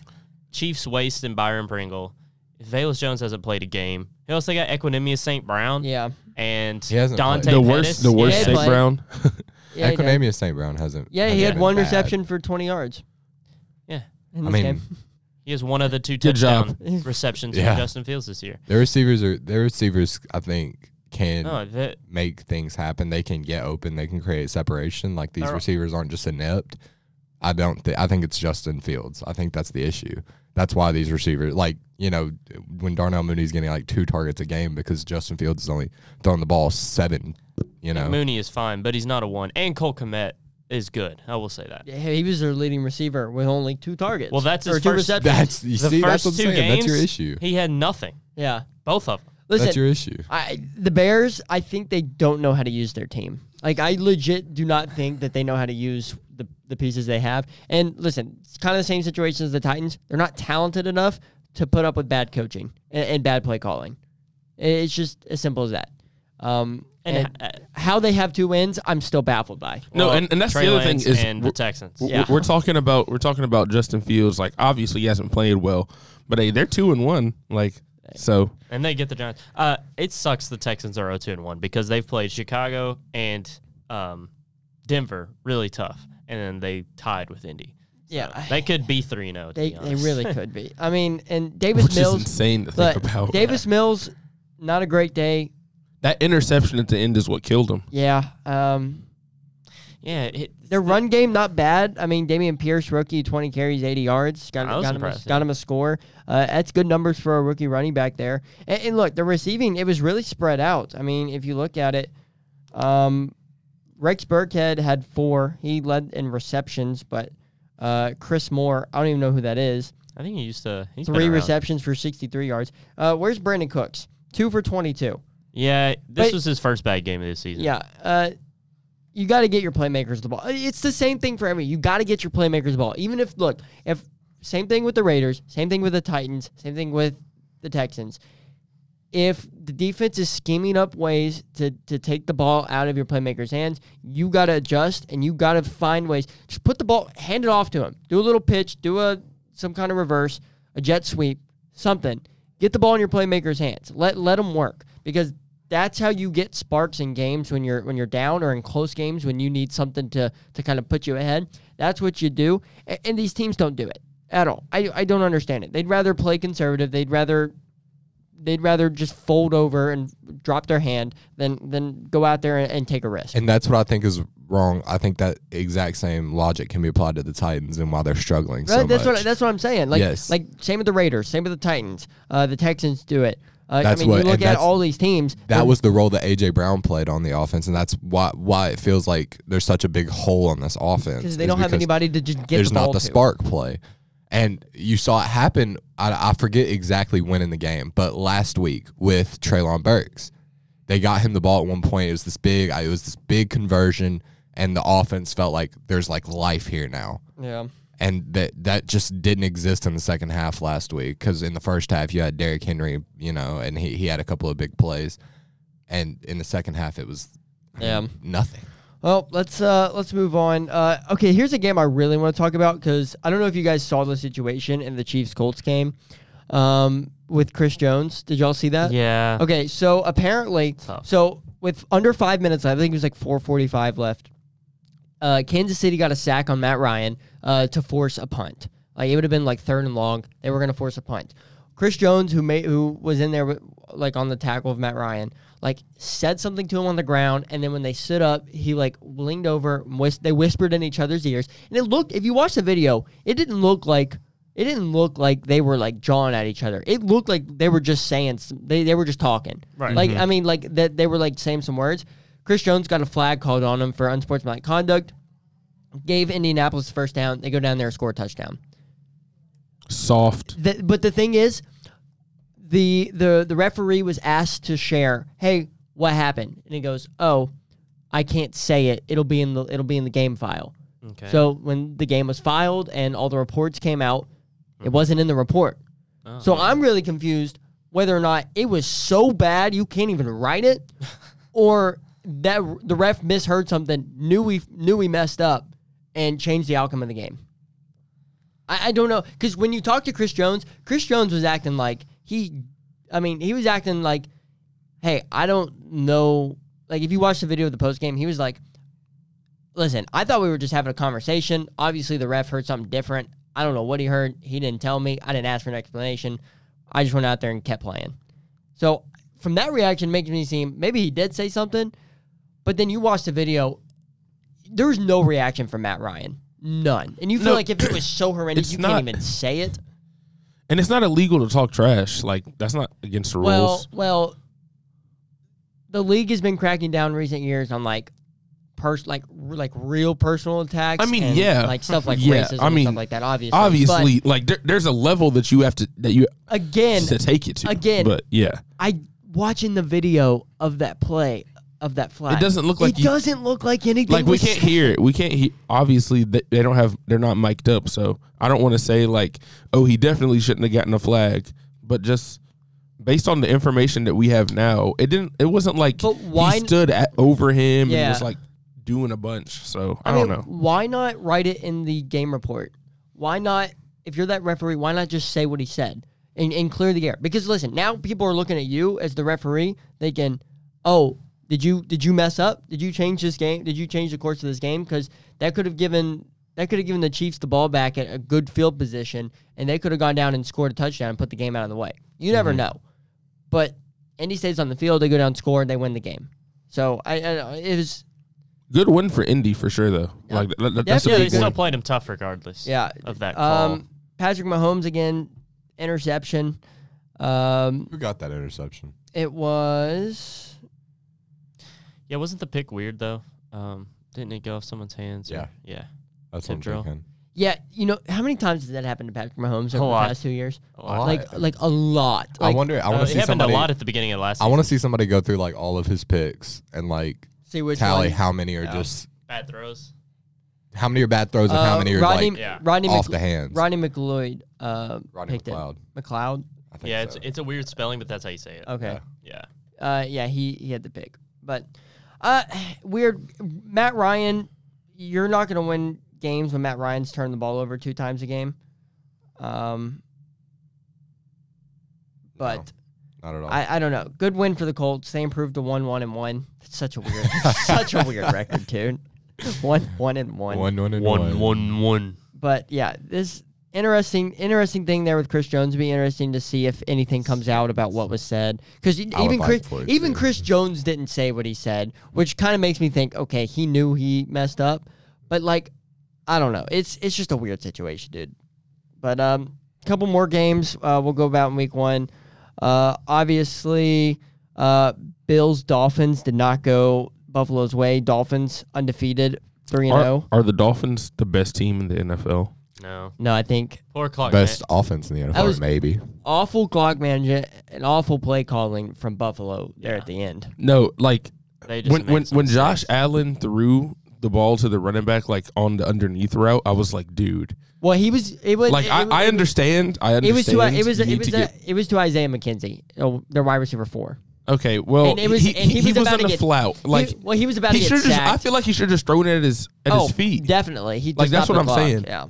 Speaker 2: Chiefs waste and Byron Pringle. Valus Jones hasn't played a game. Who else they got? Equanimous St. Brown.
Speaker 1: Yeah.
Speaker 2: and
Speaker 3: He hasn't
Speaker 2: Dante
Speaker 3: played.
Speaker 4: the
Speaker 2: Pettis.
Speaker 4: worst, the worst
Speaker 1: Yeah,
Speaker 4: Saint
Speaker 1: but-
Speaker 4: Brown.
Speaker 1: Yeah, he, did.
Speaker 3: Equinemius St. Brown hasn't.
Speaker 1: yeah, he
Speaker 3: hasn't
Speaker 1: had
Speaker 3: been
Speaker 1: one
Speaker 3: bad.
Speaker 1: reception for twenty yards.
Speaker 2: Yeah.
Speaker 1: in
Speaker 3: I
Speaker 1: this
Speaker 3: mean,
Speaker 1: game.
Speaker 2: He has one of the two
Speaker 4: Good
Speaker 2: touchdown
Speaker 4: job.
Speaker 2: receptions
Speaker 3: Yeah.
Speaker 2: from Justin Fields this year.
Speaker 3: their receivers are their receivers. I think can
Speaker 1: Oh,
Speaker 2: No, that,
Speaker 3: make things happen. They can get open. They can create separation. Like these
Speaker 2: They're-
Speaker 3: receivers aren't just inept. I don't. Th- I think it's Justin Fields. I think that's the issue. That's why these receivers, like you know, when Darnell Mooney's getting like two targets a game because Justin Fields is only throwing the ball seven. You know,
Speaker 2: Mooney is fine, but he's not a one. And Cole Komet is good. I will say that.
Speaker 1: Yeah, he was their leading receiver with only two targets.
Speaker 2: Well, that's
Speaker 1: or
Speaker 2: his
Speaker 1: two
Speaker 2: first-
Speaker 1: receptions.
Speaker 3: that's you
Speaker 2: The
Speaker 3: see,
Speaker 2: first
Speaker 3: that's what I'm
Speaker 2: two
Speaker 3: saying.
Speaker 2: games,
Speaker 3: that's your issue.
Speaker 2: He had nothing.
Speaker 1: yeah.
Speaker 2: Both of them.
Speaker 1: Listen,
Speaker 3: that's your issue.
Speaker 1: I the Bears, I think they don't know how to use their team. Like I legit do not think that they know how to use the, the pieces they have. And listen, it's kind of the same situation as the Titans. They're not talented enough to put up with bad coaching and, and bad play calling. I- It's just as simple as that. Um,
Speaker 2: And
Speaker 1: and
Speaker 2: ha-
Speaker 1: how they have two wins, I'm still baffled by.
Speaker 4: No,
Speaker 2: Well,
Speaker 4: and, and that's
Speaker 2: Trey
Speaker 4: the other
Speaker 2: Lance
Speaker 4: thing is
Speaker 2: and the Texans.
Speaker 4: We're-
Speaker 1: Yeah.
Speaker 4: We're talking about we're talking about Justin Fields. Like obviously he hasn't played well, but hey, they're two and one. Like so,
Speaker 2: And they get the Giants. Uh, it sucks the Texans are 0-2 and 1 because they've played Chicago and um, Denver really tough. And then they tied with Indy.
Speaker 1: Yeah,
Speaker 2: They could be 3-0 to
Speaker 1: they
Speaker 2: be
Speaker 1: they
Speaker 2: honest.
Speaker 1: really could be. I mean, and Davis
Speaker 4: which is
Speaker 1: Mills,
Speaker 4: insane to think
Speaker 1: but
Speaker 4: about.
Speaker 1: Davis Mills, not a great day.
Speaker 4: that interception at the end is what killed him.
Speaker 1: Yeah. Um,
Speaker 2: Yeah, it,
Speaker 1: Their run game not bad. I mean, Damian Pierce, rookie, twenty carries, eighty yards. Got,
Speaker 2: I was
Speaker 1: got him, a,
Speaker 2: impressed,
Speaker 1: got him a score. Uh, that's good numbers for a rookie running back there. And, and look, the receiving it was really spread out. I mean, if you look at it, um, Rex Burkhead had four. He led in receptions, but uh, Chris Moore, I don't even know who that is.
Speaker 2: I think he used to. He's been
Speaker 1: Three
Speaker 2: around.
Speaker 1: receptions for sixty-three yards. Uh, where's Brandon Cooks? Two for twenty-two.
Speaker 2: Yeah, this
Speaker 1: But-
Speaker 2: was his first bad game of the season.
Speaker 1: Yeah. Uh, you got to get your playmakers the ball. It's the same thing for every. You got to get your playmakers the ball. Even if look, if same thing with the Raiders, same thing with the Titans, same thing with the Texans. If the defense is scheming up ways to to take the ball out of your playmakers' hands, you got to adjust and you got to find ways. Just put the ball, hand it off to him. Do a little pitch, do a some kind of reverse, a jet sweep, something. Get the ball in your playmakers' hands. Let let them work because that's how you get sparks in games when you're when you're down or in close games when you need something to to kind of put you ahead. That's what you do, and, and these teams don't do it at all. I I don't understand it. They'd rather play conservative. They'd rather they'd rather just fold over and drop their hand than than go out there and, and take a risk.
Speaker 3: And that's what I think is wrong. I think that exact same logic can be applied to the Titans and why they're struggling so
Speaker 1: Right, that's
Speaker 3: much.
Speaker 1: what that's what I'm saying. Like
Speaker 3: Yes.
Speaker 1: like same with the Raiders, same with the Titans. Uh, the Texans do it. Uh,
Speaker 3: That's
Speaker 1: I mean,
Speaker 3: what-
Speaker 1: you look
Speaker 3: and
Speaker 1: at
Speaker 3: that's-
Speaker 1: all these teams.
Speaker 3: that was the role that AJ Brown played on the offense, and that's why why it feels like there's such a big hole on this offense.
Speaker 1: because they
Speaker 3: is
Speaker 1: don't have
Speaker 3: because
Speaker 1: anybody to just get
Speaker 3: There's
Speaker 1: the ball
Speaker 3: not the
Speaker 1: to.
Speaker 3: spark play, and you saw it happen. I, I forget exactly when in the game, but last week with Traylon Burks, They got him the ball at one point. It was this big. It was this big conversion, and the offense felt like there's like life here now
Speaker 1: Yeah.
Speaker 3: and that that just didn't exist in the second half last week because in the first half you had Derrick Henry, you know, and he, he had a couple of big plays, and in the second half it was
Speaker 1: Yeah.
Speaker 3: nothing.
Speaker 1: Well, let's uh let's move on. Uh, okay, here's a game I really want to talk about because I don't know if you guys saw the situation in the Chiefs Colts game, um, with Chris Jones. Did y'all see that?
Speaker 2: Yeah.
Speaker 1: Okay, so apparently,
Speaker 2: Tough.
Speaker 1: so with under five minutes left, I think it was like 4:45 left. Uh, Kansas City got a sack on Matt Ryan uh, to force a punt. Like it would have been like third and long. They were going to force a punt. Chris Jones, who made who was in there with, like on the tackle of Matt Ryan, like said something to him on the ground, and then when they stood up, he like leaned over. Whis- they whispered in each other's ears, and it looked. If you watch the video, it didn't look like it didn't look like they were like jawing at each other. It looked like they were just saying some, they they were just talking.
Speaker 2: Right.
Speaker 1: Like I mean, like that they were like saying some words. Chris Jones got a flag called on him for unsportsmanlike conduct. Gave Indianapolis the first down. They go down there and score a touchdown.
Speaker 4: Soft.
Speaker 1: The, but the thing is, the the the referee was asked to share, "Hey, what happened?" And he goes, "Oh, I can't say it. It'll be in the it'll be in the game file."
Speaker 2: Okay.
Speaker 1: So when the game was filed and all the reports came out, it wasn't in the report. So I'm really confused whether or not it was so bad you can't even write it, or that the ref misheard something, knew we knew we messed up, and changed the outcome of the game. I, I don't know because when you talk to Chris Jones, Chris Jones was acting like he, I mean, he was acting like, hey, I don't know. Like if you watch the video of the post game, he was like, listen, I thought we were just having a conversation. Obviously, the ref heard something different. I don't know what he heard. He didn't tell me. I didn't ask for an explanation. I just went out there and kept playing. So from that reaction, it makes me seem maybe he did say something, but then you watch the video. There's no reaction from Matt Ryan. None. And you feel
Speaker 4: No,
Speaker 1: like if it was so horrendous,
Speaker 4: it's
Speaker 1: you
Speaker 4: not-
Speaker 1: can't even say it.
Speaker 4: And it's not illegal to talk trash. Like that's not against the rules.
Speaker 1: Well, well, the league has been cracking down in recent years on like pers- like r- like real personal attacks.
Speaker 4: I mean,
Speaker 1: and,
Speaker 4: yeah.
Speaker 1: like stuff like
Speaker 4: Yeah,
Speaker 1: racism
Speaker 4: I
Speaker 1: and
Speaker 4: mean,
Speaker 1: stuff like that. Obviously,
Speaker 4: Obviously, like there, there's a level that you have to that you
Speaker 1: But again,
Speaker 4: to take it to.
Speaker 1: again-
Speaker 4: but yeah,
Speaker 1: I watching the video of that play of that flag.
Speaker 4: It doesn't look like
Speaker 1: it
Speaker 4: you-
Speaker 1: doesn't look like anything.
Speaker 4: like we
Speaker 1: was
Speaker 4: can't hear it. We can't hear. Obviously, they, they don't have. They're not mic'd up, so I don't want to say like, oh, he definitely shouldn't have gotten a flag. But just based on the information that we have now, it didn't. It wasn't like
Speaker 1: But why-
Speaker 4: he stood at, over him
Speaker 1: Yeah.
Speaker 4: and was like doing a bunch. So I,
Speaker 1: I
Speaker 4: don't
Speaker 1: mean,
Speaker 4: know.
Speaker 1: Why not write it in the game report? Why not, if you're that referee, why not just say what he said and, and clear the air? Because listen, now people are looking at you as the referee, thinking, "Oh, did you did you mess up? Did you change this game? Did you change the course of this game? Because that could have given." That could have given the Chiefs the ball back at a good field position, and they could have gone down and scored a touchdown and put the game out of the way. You
Speaker 4: Mm-hmm.
Speaker 1: never know. But Indy stays on the field, they go down, score, and they win the game. So I, I it was
Speaker 4: Good win for Indy for sure, though. Like that, that- that's
Speaker 2: yeah,
Speaker 4: a
Speaker 2: they
Speaker 4: big
Speaker 2: still
Speaker 4: win.
Speaker 2: played him tough regardless.
Speaker 1: yeah
Speaker 2: Of that call.
Speaker 1: Um, Patrick Mahomes again, interception. Um,
Speaker 3: Who got that interception?
Speaker 1: it was
Speaker 2: yeah. Wasn't the pick weird though? Um, didn't it go off someone's hands? or-
Speaker 3: Yeah.
Speaker 2: Yeah.
Speaker 3: That's
Speaker 2: Tip drill.
Speaker 3: thinking.
Speaker 1: yeah. You know how many times did that happen to Patrick Mahomes over
Speaker 2: A
Speaker 1: the
Speaker 2: lot.
Speaker 1: past two years?
Speaker 2: A lot.
Speaker 1: Like like a lot. Like,
Speaker 3: I wonder. I
Speaker 2: Uh,
Speaker 3: want
Speaker 2: it
Speaker 3: to see
Speaker 2: happened
Speaker 3: somebody.
Speaker 2: a lot at the beginning of last.
Speaker 3: I want to see somebody go through like all of his picks and like
Speaker 1: see which
Speaker 3: tally
Speaker 1: one.
Speaker 3: how many are
Speaker 2: Yeah.
Speaker 3: just
Speaker 2: bad throws.
Speaker 3: how many are bad throws and how
Speaker 1: Uh,
Speaker 3: many are
Speaker 1: Rodney,
Speaker 3: like
Speaker 2: Yeah.
Speaker 1: Rodney
Speaker 3: off
Speaker 1: Mc-
Speaker 3: the hands.
Speaker 1: Rodney McLeod uh,
Speaker 3: Rodney
Speaker 1: picked
Speaker 3: McLeod.
Speaker 1: it. McLeod.
Speaker 3: I think
Speaker 2: Yeah,
Speaker 3: so.
Speaker 2: it's it's a weird spelling, but that's how you say it.
Speaker 1: Okay.
Speaker 2: Yeah.
Speaker 1: Uh, yeah, he he had the pick, but uh, weird. Matt Ryan, you're not gonna win games when Matt Ryan's turned the ball over two times a game. Um, but.
Speaker 3: not at all.
Speaker 1: I, I don't know. Good win for the Colts. They improved to one one and one. It's such a weird, such a weird record, dude. One one and one.
Speaker 3: one, one, and
Speaker 2: One, one, one.
Speaker 1: But yeah, this interesting, interesting thing there with Chris Jones. It'd Be interesting to see if anything comes out about what was said. Because
Speaker 3: I would
Speaker 1: even
Speaker 3: like
Speaker 1: Chris,
Speaker 3: for it
Speaker 1: even
Speaker 3: to.
Speaker 1: Chris Jones didn't say what he said, which kind of makes me think, okay, he knew he messed up. But like, I don't know. It's it's just a weird situation, dude. But um, couple more games. Uh, we'll go about in week one. Uh, obviously, uh, Bills Dolphins did not go Buffalo's way. Dolphins undefeated, three and oh.
Speaker 4: Are,
Speaker 1: zero.
Speaker 4: are the Dolphins the best team in the NFL?
Speaker 2: No.
Speaker 1: No, I think
Speaker 2: Poor Clark.
Speaker 3: Best offense in the NFL,
Speaker 1: was-
Speaker 3: maybe.
Speaker 1: awful clock management and awful play calling from Buffalo there at the end.
Speaker 4: No, like
Speaker 2: Matt. They just
Speaker 4: when
Speaker 2: made
Speaker 4: when
Speaker 2: some
Speaker 4: when Josh
Speaker 2: mistakes.
Speaker 4: Allen threw the ball to the running back like on the underneath route, I was like, dude,
Speaker 1: Well, he was. It was
Speaker 4: like
Speaker 1: it,
Speaker 4: I,
Speaker 1: was-
Speaker 4: I understand, I
Speaker 1: It was
Speaker 4: understand.
Speaker 1: to it was
Speaker 4: you
Speaker 1: it
Speaker 4: need
Speaker 1: was
Speaker 4: to
Speaker 1: uh
Speaker 4: get-
Speaker 1: it was to Isaiah McKenzie, oh, their wide receiver four.
Speaker 4: okay. Well,
Speaker 1: and it was-
Speaker 4: he,
Speaker 1: and he was about
Speaker 4: on
Speaker 1: to
Speaker 4: the
Speaker 1: get-
Speaker 4: flout. Like
Speaker 1: he, well, he was about
Speaker 4: he
Speaker 1: to
Speaker 4: should
Speaker 1: get
Speaker 4: just. I
Speaker 1: sacked.
Speaker 4: feel like he should just thrown it at his at
Speaker 1: oh,
Speaker 4: his feet.
Speaker 1: definitely. He just
Speaker 4: Like, that's
Speaker 1: stopped
Speaker 4: what
Speaker 1: the
Speaker 4: I'm
Speaker 1: clock.
Speaker 4: saying.
Speaker 1: Yeah.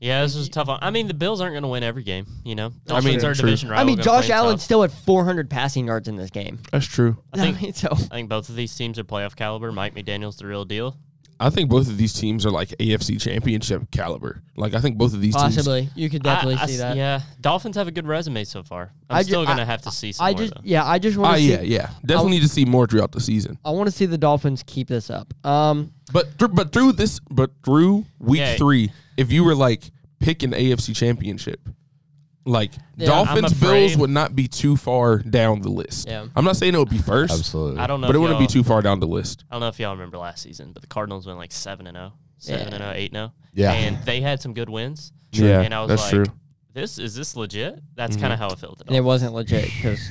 Speaker 2: Yeah, this was a tough. One. I mean, the Bills aren't going to win every game. You know,
Speaker 4: I mean,
Speaker 2: Dolphins are a
Speaker 4: true.
Speaker 2: division rival.
Speaker 1: I mean,
Speaker 2: gonna
Speaker 1: Josh
Speaker 2: play
Speaker 1: Allen
Speaker 2: tough.
Speaker 1: still had 400 passing yards in this game.
Speaker 4: That's true.
Speaker 1: I,
Speaker 2: think-
Speaker 1: mean, so
Speaker 2: I think both of these teams are playoff caliber. Mike McDaniel's the real deal.
Speaker 4: I think both of these teams are like AFC Championship caliber. Like I think both of these teams.
Speaker 1: possibly you could definitely
Speaker 2: I- I
Speaker 1: see
Speaker 2: s-
Speaker 1: that.
Speaker 2: Yeah, Dolphins have a good resume so far. I'm
Speaker 1: I ju-
Speaker 2: still going
Speaker 1: I-
Speaker 2: to have to see some
Speaker 1: I
Speaker 2: more,
Speaker 1: just
Speaker 2: though.
Speaker 1: yeah, I just
Speaker 4: Oh
Speaker 1: want to see
Speaker 4: yeah, yeah. Definitely need to see more throughout the season.
Speaker 1: I want to see the Dolphins keep this up. Um,
Speaker 4: But thr- but through this, but through week
Speaker 2: Yeah.
Speaker 4: three, if you were like pick an AFC Championship, like
Speaker 1: Yeah,
Speaker 4: Dolphins
Speaker 2: I'm afraid-
Speaker 4: Bills would not be too far down the list.
Speaker 1: Yeah.
Speaker 4: I'm not saying it would be first,
Speaker 3: Absolutely.
Speaker 2: I don't know.
Speaker 4: but it
Speaker 2: if
Speaker 4: wouldn't be
Speaker 2: y'all-
Speaker 4: too far down the list.
Speaker 2: I don't know if y'all remember last season, but the Cardinals went like seven and 0, 7 and 0, 8 and 0.
Speaker 3: Yeah.
Speaker 2: And they had some good wins. And I was like, this is this legit? That's
Speaker 4: Mm-hmm.
Speaker 2: kind of how I felt.
Speaker 1: and it wasn't legit because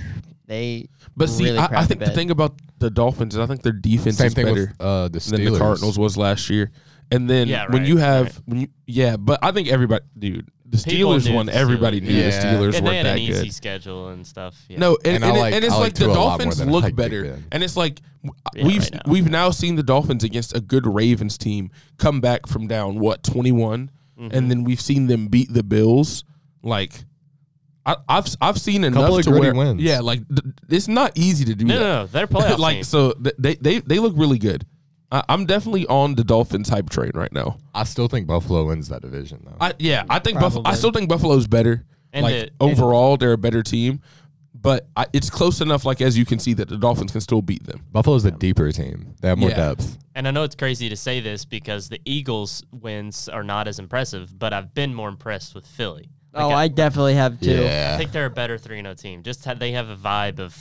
Speaker 1: they.
Speaker 4: But see,
Speaker 1: really
Speaker 4: I, I
Speaker 1: crapped
Speaker 4: think the
Speaker 1: bed.
Speaker 4: thing about the Dolphins is I think their defense
Speaker 3: Same
Speaker 4: is
Speaker 3: thing
Speaker 4: better.
Speaker 3: with uh, the Steelers.
Speaker 4: than the Cardinals was last year. And then
Speaker 2: Yeah,
Speaker 4: when
Speaker 2: right,
Speaker 4: you have
Speaker 2: right.
Speaker 4: when you yeah, but I think everybody dude, the
Speaker 2: People
Speaker 4: Steelers
Speaker 2: knew
Speaker 4: won.
Speaker 2: the
Speaker 4: Everybody
Speaker 2: Steelers.
Speaker 4: knew
Speaker 3: Yeah.
Speaker 4: the Steelers
Speaker 2: And they
Speaker 4: weren't
Speaker 2: had an
Speaker 4: that
Speaker 2: easy
Speaker 4: good.
Speaker 2: schedule and stuff. Yeah.
Speaker 4: No, and,
Speaker 3: And
Speaker 4: and,
Speaker 3: I
Speaker 4: it-
Speaker 3: like-
Speaker 4: and it's
Speaker 3: I
Speaker 4: like
Speaker 3: like
Speaker 4: the
Speaker 3: Tua a lot more
Speaker 4: Dolphins
Speaker 3: than I
Speaker 4: look
Speaker 3: like Big
Speaker 4: better,
Speaker 3: Ben.
Speaker 4: and it's like w-
Speaker 2: Yeah,
Speaker 4: we've
Speaker 2: right now.
Speaker 4: we've now seen the Dolphins against a good Ravens team come back from down what twenty
Speaker 2: Mm-hmm.
Speaker 4: and then we've seen them beat the Bills. Like I, I've I've seen enough
Speaker 3: Couple of
Speaker 4: to
Speaker 3: gritty
Speaker 4: where
Speaker 3: wins.
Speaker 4: yeah, like th- it's not easy to do.
Speaker 2: no,
Speaker 4: that.
Speaker 2: no, no. They're playoff
Speaker 4: like
Speaker 2: team.
Speaker 4: so th- they they they look really good. I, I'm definitely on the Dolphins hype train right now.
Speaker 3: I still think Buffalo wins that division though.
Speaker 4: I yeah, I think Buffalo. I
Speaker 1: Probably.
Speaker 4: still think Buffalo's better.
Speaker 2: And
Speaker 4: like
Speaker 2: the-
Speaker 4: overall, they're a better team, but I, it's close enough. Like as you can see, that the Dolphins can still beat them.
Speaker 3: Buffalo's a deeper team. They have more
Speaker 4: Yeah.
Speaker 3: depth.
Speaker 2: And I know it's crazy to say this because the Eagles wins are not as impressive, but I've been more impressed with Philly. Like,
Speaker 1: Oh, I definitely have too.
Speaker 2: I
Speaker 3: Yeah.
Speaker 2: think they're a better 3 0 team. Just ha- they have a vibe of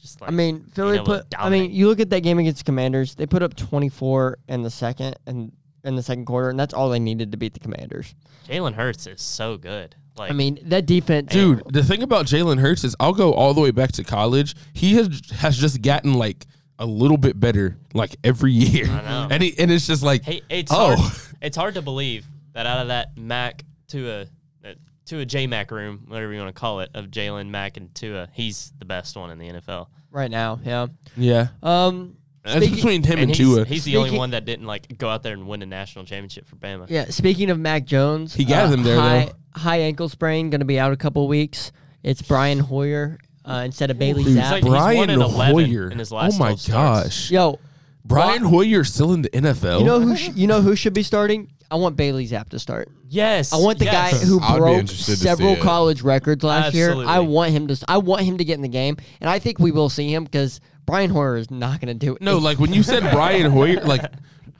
Speaker 2: just like.
Speaker 1: I mean, Philly
Speaker 2: know, we'll
Speaker 1: put. I mean,
Speaker 2: dominate.
Speaker 1: you look at that game against the Commanders. They put up 24 in the second and in the second quarter, and that's all they needed to beat the Commanders.
Speaker 2: Jalen Hurts is so good. Like,
Speaker 1: I mean, that defense,
Speaker 4: Dude, the thing about Jalen Hurts is I'll go all the way back to college. He has has just gotten like a little bit better like every year,
Speaker 2: know.
Speaker 4: and he, and it's just like
Speaker 2: hey, it's
Speaker 4: Oh.
Speaker 2: hard, it's hard to believe that out of that Mac to a uh, to a J Mac room, whatever you want to call it, of Jalen Mac and Tua, he's the best one in the NFL.
Speaker 1: right now. Yeah.
Speaker 4: yeah,
Speaker 1: Um.
Speaker 4: it's
Speaker 1: speaking-
Speaker 4: between him
Speaker 2: And
Speaker 4: and
Speaker 2: he's,
Speaker 4: Tua.
Speaker 2: he's the only
Speaker 1: Speaking-
Speaker 2: one that didn't like go out there and win a national championship for Bama.
Speaker 1: Yeah. Speaking of Mac Jones, uh,
Speaker 4: He got him there,
Speaker 1: High,
Speaker 4: though.
Speaker 1: high ankle sprain, going to be out a couple weeks. It's Brian Hoyer uh, instead of Bailey
Speaker 4: Dude,
Speaker 1: Zapp.
Speaker 2: like- he's one
Speaker 4: Brian
Speaker 2: in 11
Speaker 4: Hoyer.
Speaker 2: in his
Speaker 4: oh
Speaker 2: last
Speaker 4: my
Speaker 2: 12 starts.
Speaker 4: gosh,
Speaker 1: Yo,
Speaker 4: Brian Hoyer's still in the NFL.
Speaker 1: you know who? Sh- you know who should be starting? I want Bailey Zapp to start.
Speaker 2: Yes,
Speaker 1: I want the
Speaker 2: yes.
Speaker 1: guy who
Speaker 3: I'd be
Speaker 1: broke
Speaker 3: interested to see
Speaker 1: several
Speaker 3: it.
Speaker 1: college records last
Speaker 2: Absolutely.
Speaker 1: year. I want him to. I want him to get in the game, and I think we will see him because Brian Hoyer is not going to do it.
Speaker 4: No, like when you said Brian Hoyer, like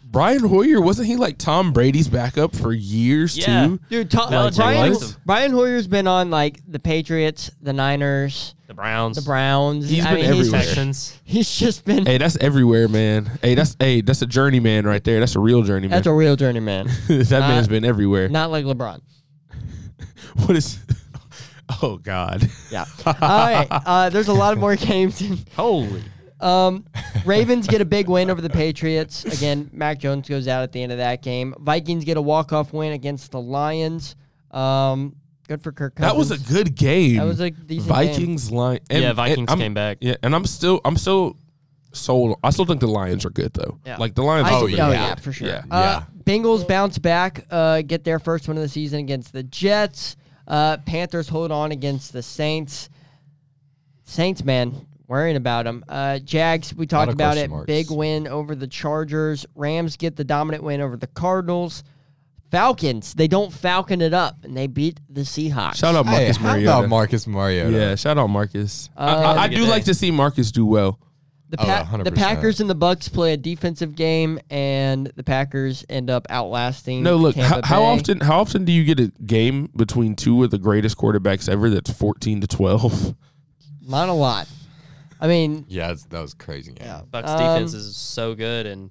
Speaker 4: Brian Hoyer wasn't he like Tom Brady's backup for years
Speaker 2: Yeah.
Speaker 4: too?
Speaker 1: dude. Tom,
Speaker 2: Belichick
Speaker 1: Brian,
Speaker 2: likes him.
Speaker 1: Brian Hoyer's been on like the Patriots, the Niners,
Speaker 2: the Browns,
Speaker 1: the Browns.
Speaker 4: He's been
Speaker 1: he's,
Speaker 4: everywhere.
Speaker 2: Texans.
Speaker 1: he's just been.
Speaker 4: Hey, that's everywhere, man. Hey, that's hey, that's a journeyman right there. That's a real journeyman.
Speaker 1: That's a real journeyman,
Speaker 4: that man's been everywhere.
Speaker 1: not like LeBron.
Speaker 4: What is? Oh God.
Speaker 1: Yeah. All right. Uh, there's a lot of more games. in-
Speaker 2: Holy,
Speaker 1: Um, Ravens get a big win over the Patriots. Again, Mac Jones goes out at the end of that game. Vikings get a walk-off win against the Lions. Um, good for Kirk Cousins.
Speaker 4: That was a good game.
Speaker 1: That was a decent game.
Speaker 4: Vikings line. and-
Speaker 2: yeah,
Speaker 4: and
Speaker 2: Vikings
Speaker 4: I'm-
Speaker 2: came back.
Speaker 4: Yeah, and I'm still I'm still sold. I still think the Lions are good though.
Speaker 1: Yeah.
Speaker 4: Like the Lions.
Speaker 1: I-
Speaker 4: are
Speaker 3: Oh,
Speaker 4: good.
Speaker 3: yeah.
Speaker 1: for sure.
Speaker 4: Yeah.
Speaker 1: Uh,
Speaker 3: Yeah.
Speaker 1: Bengals bounce back, uh, get their first win of the season against the Jets. Uh, Panthers hold on against the Saints. Saints, man, worrying about them. Uh, Jags, we talked
Speaker 3: of
Speaker 1: about
Speaker 3: question
Speaker 1: it.
Speaker 3: marks.
Speaker 1: Big win over the Chargers. Rams get the dominant win over the Cardinals. Falcons, they don't falcon it up, and they beat the Seahawks.
Speaker 4: Shout out
Speaker 3: Hey,
Speaker 4: Marcus
Speaker 3: how
Speaker 4: Mariota.
Speaker 3: about Marcus Mariota?
Speaker 4: yeah, shout out Marcus. I-
Speaker 1: Uh,
Speaker 4: I, I
Speaker 2: Good
Speaker 4: do
Speaker 2: day.
Speaker 4: like to see Marcus do well.
Speaker 1: The,
Speaker 3: Oh,
Speaker 1: pa- the
Speaker 3: 100%.
Speaker 1: Packers and the Bucks play a defensive game, and the Packers end up outlasting.
Speaker 4: No, look. How,
Speaker 1: Tampa
Speaker 4: how
Speaker 1: Bay.
Speaker 4: often? How often do you get a game between two of the greatest quarterbacks ever? That's fourteen to twelve.
Speaker 1: Not a lot. I mean,
Speaker 3: Yeah, that's, that was crazy. game.
Speaker 1: Yeah.
Speaker 2: Bucks
Speaker 1: Um,
Speaker 2: defense is so good, and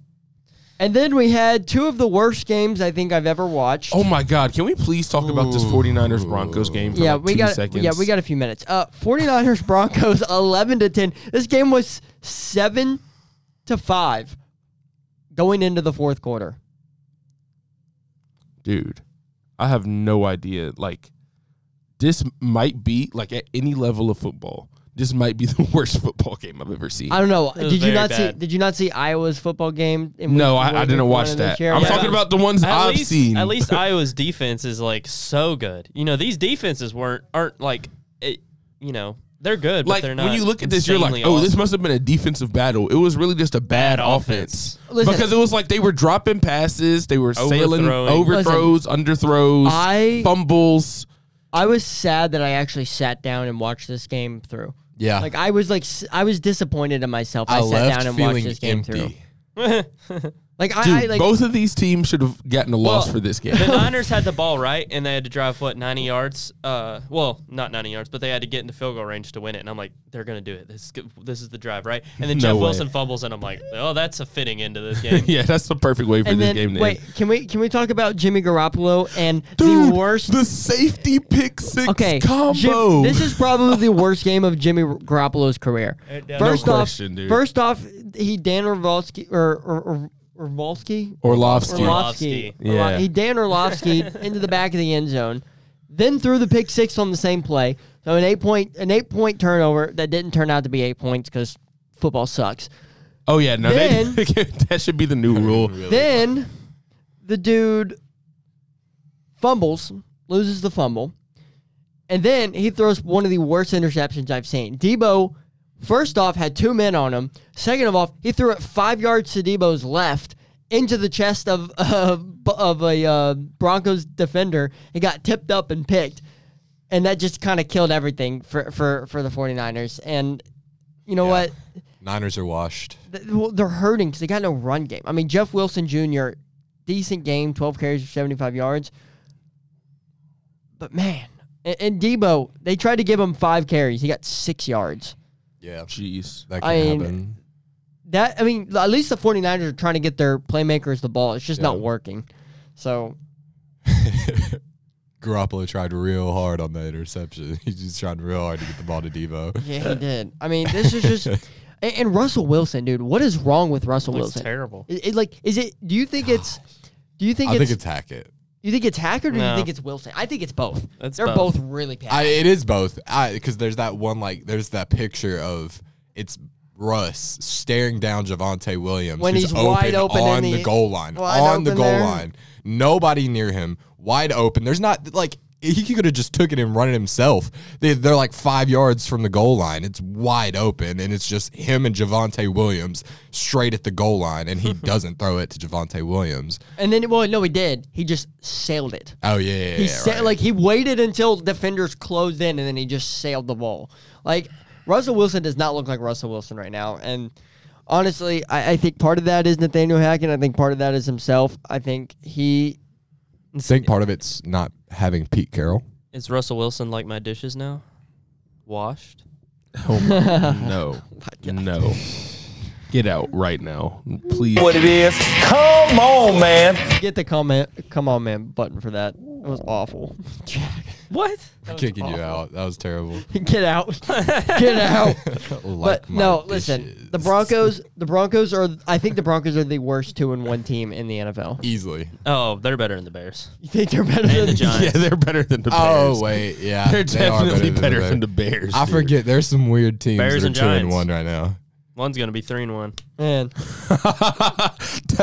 Speaker 1: And then we had two of the worst games I think I've ever watched.
Speaker 4: Oh my God! Can we please talk about this 49ers Broncos game for
Speaker 1: yeah,
Speaker 4: like
Speaker 1: we
Speaker 4: two
Speaker 1: got
Speaker 4: seconds?
Speaker 1: yeah, we got a few minutes. Uh 49ers Broncos 11 to 10. This game was 7 to 5 going into the fourth quarter.
Speaker 4: dude. I have no idea. Like, this might be like at any level of football. This might be the worst football game I've ever seen.
Speaker 1: I don't know.
Speaker 2: was
Speaker 1: Did you
Speaker 2: very
Speaker 1: not see
Speaker 2: bad.
Speaker 1: did you not see Iowa's football game? in
Speaker 4: no,
Speaker 1: week-
Speaker 4: I, I
Speaker 1: week
Speaker 4: didn't
Speaker 1: one
Speaker 4: watch
Speaker 1: of this
Speaker 4: that.
Speaker 1: year?
Speaker 4: I'm
Speaker 1: Yeah.
Speaker 4: talking about the ones
Speaker 2: At
Speaker 4: I've
Speaker 2: least,
Speaker 4: seen.
Speaker 2: at least Iowa's defense is like so good. You know, these defenses weren't aren't like, it, you know, they're good,
Speaker 4: like
Speaker 2: but they're not.
Speaker 4: when you look at this, you're like,
Speaker 2: insanely
Speaker 4: oh,
Speaker 2: awesome.
Speaker 4: this must have been a defensive battle. It was really just a bad,
Speaker 2: Bad
Speaker 4: offense.
Speaker 2: offense.
Speaker 1: Listen.
Speaker 4: because it was like they were dropping passes, they were sailing
Speaker 2: Overthrowing.
Speaker 4: overthrows, underthrows,
Speaker 1: I-
Speaker 4: fumbles.
Speaker 1: I was sad that I actually sat down and watched this game through.
Speaker 4: Ah.
Speaker 3: Yeah.
Speaker 1: Like I was like s- I was disappointed in myself. I,
Speaker 3: I,
Speaker 1: sat
Speaker 3: left
Speaker 1: down and watched
Speaker 3: feeling
Speaker 1: this game
Speaker 3: empty.
Speaker 1: through. Like I,
Speaker 4: Dude,
Speaker 1: I like
Speaker 4: both of these teams should have gotten a loss for this game.
Speaker 2: the Niners had the ball right, and they had to drive what ninety yards. Uh, well, not ninety yards, but they had to get into field goal range to win it. And I'm like, they're gonna do it. This is good- this is the drive, right? And then
Speaker 4: No
Speaker 2: Jeff
Speaker 4: way.
Speaker 2: Wilson fumbles, and I'm like, oh, that's a fitting end to this game.
Speaker 4: yeah, that's the perfect way for
Speaker 1: and
Speaker 4: this
Speaker 1: then
Speaker 4: game to
Speaker 1: wait,
Speaker 4: end.
Speaker 1: can we can we talk about Jimmy Garoppolo and
Speaker 4: Dude,
Speaker 1: the worst
Speaker 4: the safety pick six
Speaker 1: Okay,
Speaker 4: combo.
Speaker 1: Jim- this is probably the worst game of Jimmy Garoppolo's career.
Speaker 2: does.
Speaker 1: First
Speaker 4: No
Speaker 1: off,
Speaker 4: question, dude.
Speaker 1: first off, he Dan Orlovsky or or, or Orlovsky?
Speaker 4: Orlovsky.
Speaker 1: Orlovsky.
Speaker 4: Yeah.
Speaker 1: Orlo- He Dan Orlovsky into the back of the end zone, then threw the pick six on the same play. So an eight point an eight point turnover that didn't turn out to be eight points because football sucks.
Speaker 4: Oh yeah, no,
Speaker 1: Then- Oh
Speaker 4: they, that should be the new rule.
Speaker 1: Then the dude fumbles, loses the fumble, and then he throws one of the worst interceptions I've seen. Debo, first off, had two men on him. Second of all, he threw it five yards to Debo's left into the chest of uh, b- of a uh, Broncos defender. It got tipped up and picked. And that just kind of killed everything for, for, for the 49ers. And you know
Speaker 3: Yeah.
Speaker 1: what?
Speaker 3: Niners are washed.
Speaker 1: th- well, they're hurting because they got no run game. I mean, Jeff Wilson Jr. decent game, twelve carries for seventy five yards, but man, and, and Debo they tried to give him five carries, he got six yards.
Speaker 3: Yeah.
Speaker 4: Jeez.
Speaker 3: That can
Speaker 1: I mean,
Speaker 3: happen.
Speaker 1: That I mean, at least the 49ers are trying to get their playmakers the ball. It's just not
Speaker 3: Yeah.
Speaker 1: working. So
Speaker 3: Garoppolo tried real hard on that interception. He just tried real hard to get the ball to Devo.
Speaker 1: yeah, he did. I mean, this is just and, and Russell Wilson, dude. What is wrong with Russell
Speaker 2: Looks
Speaker 1: Wilson?
Speaker 2: terrible.
Speaker 1: It, it, like, is it? Do you think it's? Do you think,
Speaker 3: I
Speaker 1: it's,
Speaker 3: think it's Hackett.
Speaker 1: you think it's Hackett or do you
Speaker 2: No.
Speaker 1: think it's Wilson? I think it's both.
Speaker 2: It's
Speaker 1: They're both,
Speaker 2: both.
Speaker 1: really bad.
Speaker 3: I, it is both. I because there's that one like there's that picture of it's Russ staring down Javante Williams
Speaker 1: When
Speaker 3: who's
Speaker 1: he's wide open in
Speaker 3: on
Speaker 1: the-
Speaker 3: the, goal line,
Speaker 1: wide
Speaker 3: on the
Speaker 1: open
Speaker 3: goal
Speaker 1: there.
Speaker 3: line, nobody near him, wide open. There's not like he could have just took it and run it himself. They, they're like five yards from the goal line. It's wide open, and it's just him and Javante Williams straight at the goal line, and he doesn't throw it to Javante Williams.
Speaker 1: And then, well, no, he did. He just sailed it.
Speaker 3: Oh yeah, yeah,
Speaker 1: He
Speaker 3: yeah,
Speaker 1: sa-
Speaker 3: right.
Speaker 1: like he waited until defenders closed in, and then he just sailed the ball. Like Russell Wilson does not look like Russell Wilson right now. And honestly, I, I think part of that is Nathaniel Hackett. I think part of that is himself. I think he.
Speaker 3: I think part of it's not having Pete Carroll.
Speaker 2: Is Russell Wilson like my dishes now? Washed.
Speaker 4: Oh my, no, no, get out right now, please.
Speaker 5: what it is. Come on, man.
Speaker 1: Get the comment, come on, man, button for that. It was awful. Jack,
Speaker 2: What?
Speaker 3: kicking you out. That was terrible.
Speaker 1: Get out. Get out.
Speaker 3: like
Speaker 1: But no, listen. The Broncos, the Broncos are. I think the Broncos are the worst two and one team in the NFL.
Speaker 3: easily.
Speaker 2: Oh, they're better than the Bears.
Speaker 1: You think they're better than
Speaker 2: And the
Speaker 4: yeah,
Speaker 2: Giants.
Speaker 4: they're better than the Bears.
Speaker 3: Oh wait, yeah,
Speaker 4: they're
Speaker 3: they are
Speaker 4: definitely better,
Speaker 3: Bears.
Speaker 4: than the Bears.
Speaker 3: I
Speaker 4: dude.
Speaker 3: forget. There's some weird teams
Speaker 2: Bears
Speaker 3: that are
Speaker 2: and
Speaker 3: two and
Speaker 2: Giants.
Speaker 3: one right now.
Speaker 2: One's gonna be three and one.
Speaker 1: Man,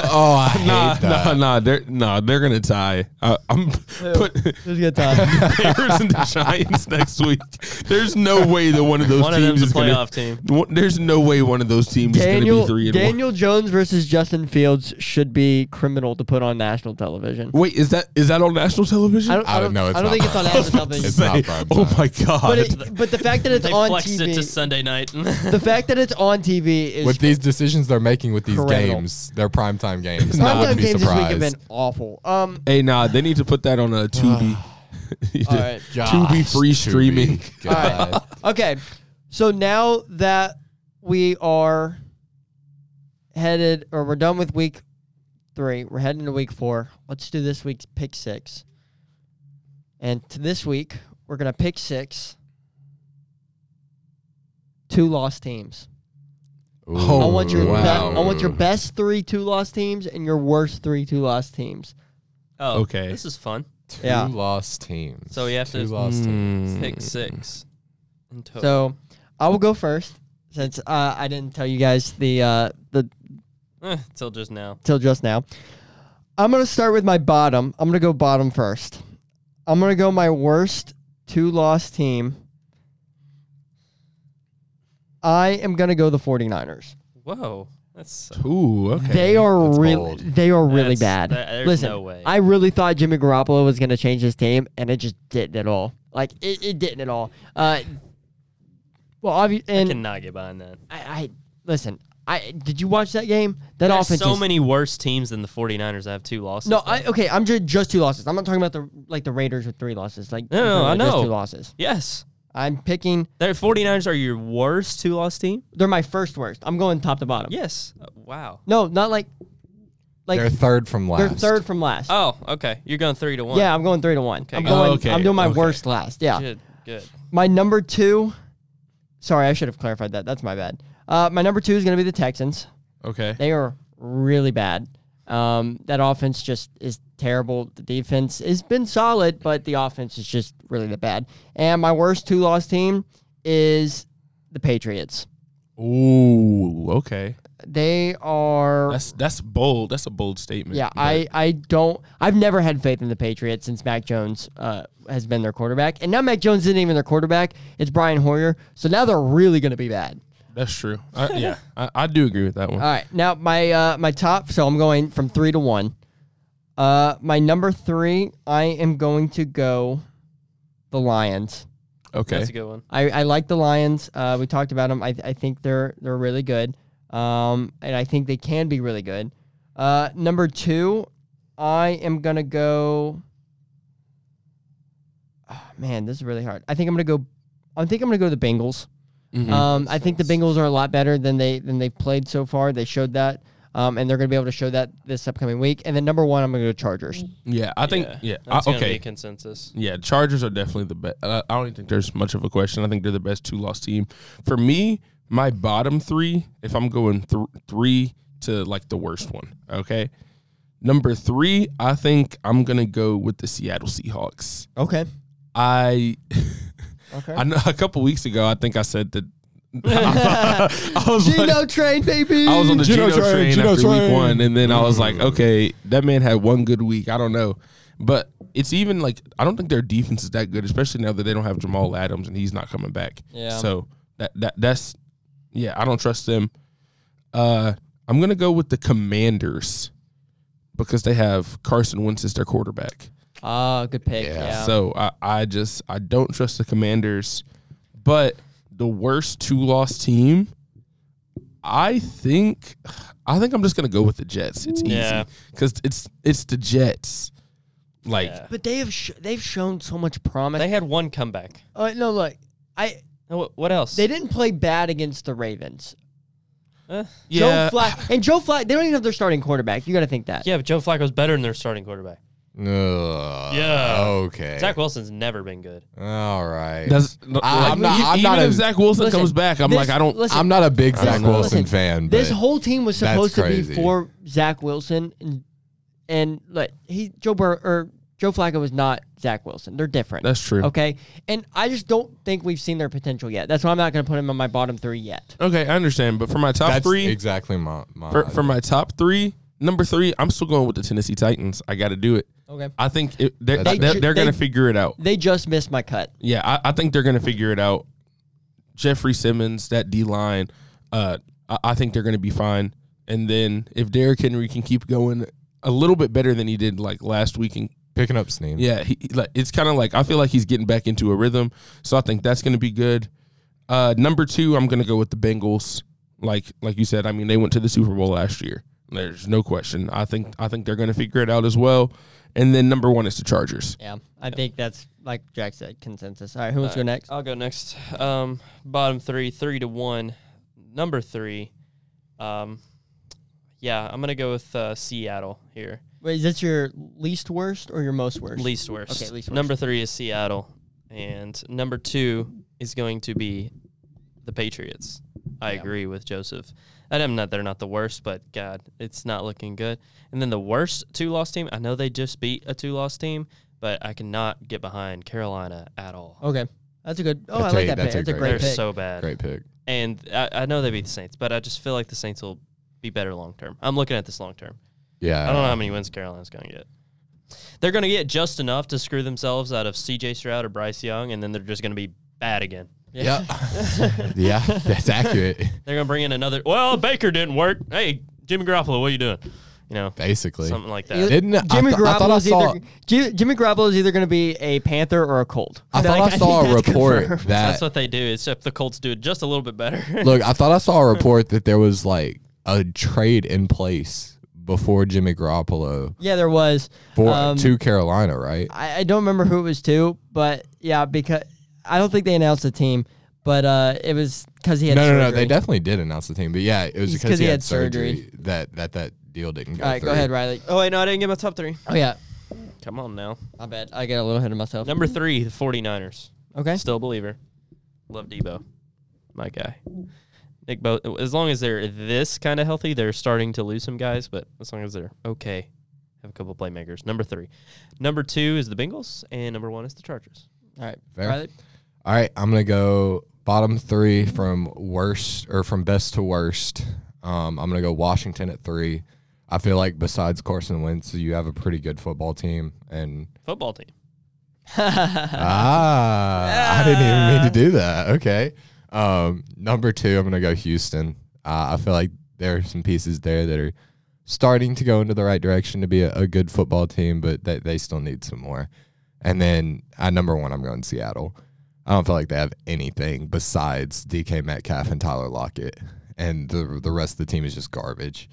Speaker 3: Oh, I hate
Speaker 4: Nah,
Speaker 3: that.
Speaker 4: nah, nah. They're nah. They're gonna tie. Uh, I'm put
Speaker 1: It was a good time.
Speaker 4: Bears and the Giants next week. There's no way that one of those
Speaker 2: One of
Speaker 4: teams
Speaker 2: them's a
Speaker 4: is gonna,
Speaker 2: playoff team.
Speaker 4: One- There's no way one of those teams
Speaker 1: Daniel,
Speaker 4: is going to be three and
Speaker 1: Daniel Jones versus Justin Fields should be criminal to put on national television.
Speaker 4: one. Wait, is that is that on national television?
Speaker 3: I don't know, it's
Speaker 1: I don't
Speaker 3: not
Speaker 1: think it's on
Speaker 3: prime.
Speaker 1: national television.
Speaker 3: It's not
Speaker 4: Say,
Speaker 3: prime
Speaker 4: oh
Speaker 3: time.
Speaker 4: my god!
Speaker 1: but, it, but the fact that it's
Speaker 2: They
Speaker 1: on
Speaker 2: flexed it to
Speaker 1: TV,
Speaker 2: Sunday night.
Speaker 1: the fact that it's on TV is
Speaker 3: With these decisions they're making with these
Speaker 1: Criminal.
Speaker 3: games, they're primetime games. I
Speaker 1: primetime
Speaker 3: wouldn't be
Speaker 1: games this week have
Speaker 3: surprised.
Speaker 1: been awful. Um,
Speaker 4: hey, nah, they need to put that on a Tubi.
Speaker 1: all right.
Speaker 4: Tubi free streaming.
Speaker 1: All
Speaker 3: God.
Speaker 1: Okay, so now that we are headed or we're done with week three. We're heading to week four. Let's do this week's pick six. And to this week, we're gonna pick six. Two lost teams.
Speaker 3: Ooh,
Speaker 1: I
Speaker 4: Oh,
Speaker 1: want your be-
Speaker 4: wow.
Speaker 1: I want your best three two loss teams and your worst three two loss teams.
Speaker 2: Oh,
Speaker 4: Okay.
Speaker 2: This is fun.
Speaker 3: Two
Speaker 1: yeah. Mm.
Speaker 3: lost teams.
Speaker 2: So we have
Speaker 3: Two
Speaker 2: to
Speaker 3: lost
Speaker 4: Hmm,
Speaker 3: teams.
Speaker 2: pick six. In total.
Speaker 1: So I will go first since uh, I didn't tell you guys the uh, the
Speaker 2: Eh, till just now.
Speaker 1: till just now. I'm gonna start with my bottom. I'm gonna go bottom first. I'm gonna go my worst two loss team. I am gonna go the 49ers.
Speaker 2: Whoa. That's
Speaker 4: Ooh, okay.
Speaker 1: They are
Speaker 3: that's
Speaker 1: really
Speaker 3: bold.
Speaker 1: they are really
Speaker 2: That's-
Speaker 1: bad.
Speaker 2: that- there's
Speaker 1: Listen,
Speaker 2: no way.
Speaker 1: I really thought Jimmy Garoppolo was gonna change his team, and it just didn't at all. Like it, it didn't at all. Uh, well, obvi-
Speaker 2: I
Speaker 1: and
Speaker 2: cannot get behind that.
Speaker 1: I, I, listen. I did you watch that game? That
Speaker 2: There's
Speaker 1: offense
Speaker 2: so
Speaker 1: is
Speaker 2: many worse teams than the 49ers that have two losses.
Speaker 1: No,
Speaker 2: though.
Speaker 1: I okay. I'm just just two losses. I'm not talking about the like the Raiders with three losses. Like
Speaker 2: No,
Speaker 1: I'm talking about
Speaker 2: no, I
Speaker 1: Just
Speaker 2: know.
Speaker 1: two losses.
Speaker 2: Yes.
Speaker 1: I'm picking.
Speaker 2: The 49ers are your worst two loss team?
Speaker 1: They're my first worst. I'm going top to bottom.
Speaker 2: Yes. Uh, wow.
Speaker 1: No, not like like
Speaker 3: They're
Speaker 1: they're,
Speaker 3: third from last.
Speaker 1: third from last.
Speaker 2: Oh, okay. You're going three to one.
Speaker 1: Yeah, I'm going three to one. I'm
Speaker 2: good.
Speaker 1: going.
Speaker 4: Oh, okay,
Speaker 1: I'm doing my
Speaker 4: okay.
Speaker 1: worst last. Yeah,
Speaker 2: Good. Good.
Speaker 1: my number two. Sorry, I should have clarified that. That's my bad. Uh, my number two is going to be the Texans.
Speaker 4: Okay.
Speaker 1: They are really bad. Um, that offense just is terrible. The defense has been solid, but the offense is just really the bad. And my worst two loss team is the Patriots.
Speaker 4: Ooh, okay.
Speaker 1: They are.
Speaker 4: That's that's bold. That's a bold statement.
Speaker 1: yeah, I, I don't. I've never had faith in the Patriots since Mac Jones uh, has been their quarterback. And now Mac Jones isn't even their quarterback. It's Brian Hoyer. So now they're really going to be bad.
Speaker 4: That's true. I, yeah, I, I do agree with that one.
Speaker 1: All right, now my uh, my top. So I'm going from three to one. Uh, my number three, I am going to go the Lions.
Speaker 4: okay.
Speaker 2: That's a good one.
Speaker 1: I, I like the Lions. Uh, we talked about them. I, I think they're they're really good. Um, and I think they can be really good. Uh, number two, I am gonna go. Oh, man, this is really hard. I think I'm gonna go. I think I'm gonna go to the Bengals.
Speaker 4: Mhm.
Speaker 1: Um, I think the Bengals are a lot better than they than they've played so far. They showed that, um, and they're going to be able to show that this upcoming week. And then number one, I'm going to go Chargers.
Speaker 4: yeah, I think. Yeah. I-
Speaker 2: That's gonna be
Speaker 4: okay.
Speaker 2: consensus.
Speaker 4: Yeah, Chargers are definitely the best. Uh, I don't even think there's much of a question. I think they're the best two loss team. For me, my bottom three, if I'm going th- three to like the worst one, okay? Number three, I think I'm going to go with the Seattle Seahawks.
Speaker 1: Okay.
Speaker 4: I.
Speaker 1: Okay.
Speaker 4: I know a couple weeks ago, I think I said that. I was like-
Speaker 1: Gino train, baby.
Speaker 4: I was on the
Speaker 3: Geno
Speaker 4: Geno,
Speaker 3: train,
Speaker 4: train,
Speaker 3: Geno
Speaker 4: after
Speaker 3: train.
Speaker 4: week one, and then I was like, okay, that man had one good week. I don't know, but it's even like I don't think their defense is that good, especially now that they don't have Jamal Adams and he's not coming back.
Speaker 1: Yeah.
Speaker 4: So that that that's yeah, I don't trust them. Uh, I'm gonna go with the Commanders because they have Carson Wentz as their quarterback.
Speaker 1: Ah, good pick. Yeah.
Speaker 4: So I, I just I don't trust the Commanders, but the worst two loss team. I think I think I'm just gonna go with the Jets. It's
Speaker 2: Yeah.
Speaker 4: easy because it's it's the Jets. Like
Speaker 2: Yeah.
Speaker 1: but they have sh- they've shown so much promise.
Speaker 2: They had one comeback.
Speaker 1: Uh, no, look, I
Speaker 2: Now, What, what else?
Speaker 1: they didn't play bad against the Ravens.
Speaker 2: Eh.
Speaker 4: yeah,
Speaker 1: Joe Flacco and Joe Flacco. They don't even have their starting quarterback. You got to think that.
Speaker 2: Yeah, but Joe Flacco's better than their starting quarterback.
Speaker 3: Ugh,
Speaker 2: Yeah.
Speaker 3: Okay.
Speaker 2: Zach Wilson's never been good.
Speaker 3: All right.
Speaker 4: Does,
Speaker 3: I'm
Speaker 4: like,
Speaker 3: not-
Speaker 4: e-
Speaker 3: I'm
Speaker 4: even
Speaker 3: not
Speaker 4: if
Speaker 3: a-
Speaker 4: Zach Wilson
Speaker 1: Listen,
Speaker 4: comes back, I'm
Speaker 1: this-
Speaker 4: like I don't.
Speaker 1: listen,
Speaker 3: I'm not a big
Speaker 4: I don't
Speaker 3: Zach
Speaker 4: know.
Speaker 3: Wilson
Speaker 1: Listen,
Speaker 3: fan, but
Speaker 1: This whole team was
Speaker 3: That's
Speaker 1: supposed to be
Speaker 3: crazy.
Speaker 1: for Zach Wilson, and, and like he Joe Burrow or Joe Flacco was not Zach Wilson. They're different.
Speaker 4: That's true.
Speaker 1: Okay, and I just don't think we've seen their potential yet. That's why I'm not going to put him on my bottom three yet.
Speaker 4: Okay, I understand, but for my top
Speaker 3: that's
Speaker 4: three,
Speaker 3: exactly my, my
Speaker 4: for, for my top three, number three, I'm still going with the Tennessee Titans. I got to do it.
Speaker 1: Okay,
Speaker 4: I think it, they're,
Speaker 3: That's
Speaker 4: they're,
Speaker 1: fair.
Speaker 4: they're
Speaker 1: They-
Speaker 4: gonna figure it out.
Speaker 1: they just missed my cut.
Speaker 4: Yeah, I, I think they're going to figure it out. Jeffrey Simmons, that D line, uh, I, I think they're going to be fine. And then if Derrick Henry can keep going a little bit better than he did like last week, and
Speaker 3: picking up steam.
Speaker 4: yeah, he, he- like it's kind of like I feel like he's getting back into a rhythm. So I think that's going to be good. Uh, number two, I'm going to go with the Bengals. Like like you said, I mean they went to the Super Bowl last year. There's no question. I think I think they're going to figure it out as well. And then number one is the Chargers.
Speaker 1: Yeah, I think that's like Jack said, consensus. All right, who wants to go next?
Speaker 2: I'll go next. Um, bottom three, three to one. Number three. Um, Yeah, I'm gonna go with uh, Seattle here.
Speaker 1: Wait, is that your least worst or your most worst?
Speaker 2: Least worst.
Speaker 1: Okay, least worst.
Speaker 2: Number three is Seattle, and number two is going to be the Patriots. I
Speaker 1: Yeah.
Speaker 2: agree with Joseph. And I'm not; they're not the worst, but God, it's not looking good. And then the worst two-loss team. I know they just beat a two-loss team, but I cannot get behind Carolina at all.
Speaker 1: Okay, that's a good. Oh,
Speaker 3: That's
Speaker 1: I
Speaker 3: a-
Speaker 1: like that
Speaker 3: that's
Speaker 1: pick.
Speaker 3: a
Speaker 1: That's a
Speaker 3: great
Speaker 1: great
Speaker 2: they're
Speaker 1: pick.
Speaker 2: so bad.
Speaker 3: Great pick.
Speaker 2: And I, I know they beat the Saints, but I just feel like the Saints will be better long term. I'm looking at this long term.
Speaker 3: Yeah.
Speaker 2: I don't know how many wins Carolina's going to get. They're going to get just enough to screw themselves out of C.J. Stroud or Bryce Young, and then they're just going to be bad again.
Speaker 3: Yep. yeah, that's accurate.
Speaker 2: They're going to bring in another. Well, Baker didn't work. Hey, Jimmy Garoppolo, what are you doing? You know,
Speaker 3: Basically.
Speaker 2: something like that.
Speaker 1: You-
Speaker 3: Didn't I
Speaker 1: Jimmy
Speaker 3: th- I thought I
Speaker 1: Garoppolo is
Speaker 3: saw-
Speaker 1: either Ji- Jimmy Garoppolo is either going to be a Panther or a Colt.
Speaker 3: I thought
Speaker 1: Like,
Speaker 3: I saw
Speaker 1: think
Speaker 3: a
Speaker 1: that's
Speaker 3: report
Speaker 1: confirmed.
Speaker 2: That's
Speaker 3: that
Speaker 2: what they do, except the Colts do it just a little bit better.
Speaker 3: look. I thought I saw a report that there was like a trade in place before Jimmy Garoppolo
Speaker 1: Yeah, there was.
Speaker 3: for
Speaker 1: Um,
Speaker 3: to Carolina, right?
Speaker 1: I, I don't remember who it was to, but yeah, because I don't think they announced the team, but uh, it was because he had
Speaker 3: No, no, no.
Speaker 1: surgery.
Speaker 3: They definitely did announce the team, but yeah, it was
Speaker 1: It's
Speaker 3: because he, had, surgery, that that that deal didn't go.
Speaker 1: All right,
Speaker 3: through.
Speaker 1: go ahead, Riley.
Speaker 2: oh, wait, no, I didn't get my top three.
Speaker 1: Oh yeah,
Speaker 2: Come on now.
Speaker 1: I bet I get a little ahead of myself.
Speaker 2: Number three, the 49ers.
Speaker 1: Okay,
Speaker 2: Still a believer. Love Debo. My guy. Nick Bo as long as they're this kind of healthy, they're starting to lose some guys, but as long as they're okay. Have a couple playmakers. Number three. Number two is the Bengals, and number one is the Chargers.
Speaker 1: all right,
Speaker 3: Fair.
Speaker 1: Riley.
Speaker 3: All right, I'm gonna go bottom three from worst or from best to worst. Um, I'm gonna go Washington at three. I feel like besides Carson Wentz, you have a pretty good football team, and
Speaker 2: Football team.
Speaker 3: ah, I didn't even mean to do that. Okay. Um, number two, I'm gonna go Houston. Uh, I feel like there are some pieces there that are starting to go into the right direction to be a, a good football team, but they, they still need some more. And then at number one, I'm going Seattle. I don't feel like they have anything besides DK Metcalf and Tyler Lockett, and the the rest of the team is just garbage.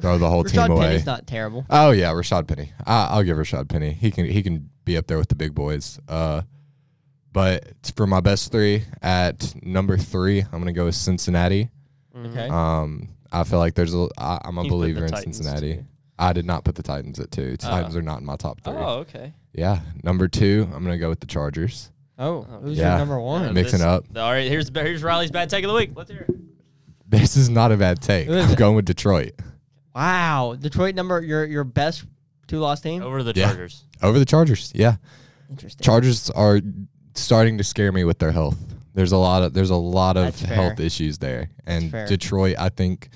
Speaker 3: Throw the whole
Speaker 1: Rashad
Speaker 3: team away.
Speaker 1: Penny's not terrible.
Speaker 3: Oh yeah, Rashad Penny. I, I'll give Rashad Penny. He can he can be up there with the big boys. Uh, but for my best three at number three, I'm gonna go with Cincinnati.
Speaker 2: Mm-hmm.
Speaker 1: Okay,
Speaker 3: Um, I feel like there's a I, I'm a
Speaker 2: You put
Speaker 3: believer
Speaker 2: the
Speaker 3: in
Speaker 2: Titans
Speaker 3: Cincinnati.
Speaker 2: too.
Speaker 3: I did not put the Titans at two. Titans
Speaker 2: Oh.
Speaker 3: are not in my top three.
Speaker 2: Oh, okay.
Speaker 3: Yeah, number two, I'm gonna go with the Chargers.
Speaker 1: Oh, who's
Speaker 3: yeah.
Speaker 1: your number one?
Speaker 3: Mixing up.
Speaker 2: All right, here's here's Riley's bad take of the week. Let's hear it.
Speaker 3: This is not a bad take.
Speaker 1: Who is
Speaker 3: I'm
Speaker 1: it?
Speaker 3: going with Detroit
Speaker 1: Wow, Detroit number your your best two loss team.
Speaker 2: Over the
Speaker 3: Yeah.
Speaker 2: Chargers.
Speaker 3: over the Chargers. Yeah,
Speaker 1: Interesting.
Speaker 3: Chargers are starting to scare me with their health. There's a lot of there's a lot of
Speaker 1: That's fair.
Speaker 3: health issues there, and
Speaker 1: fair.
Speaker 3: Detroit. I think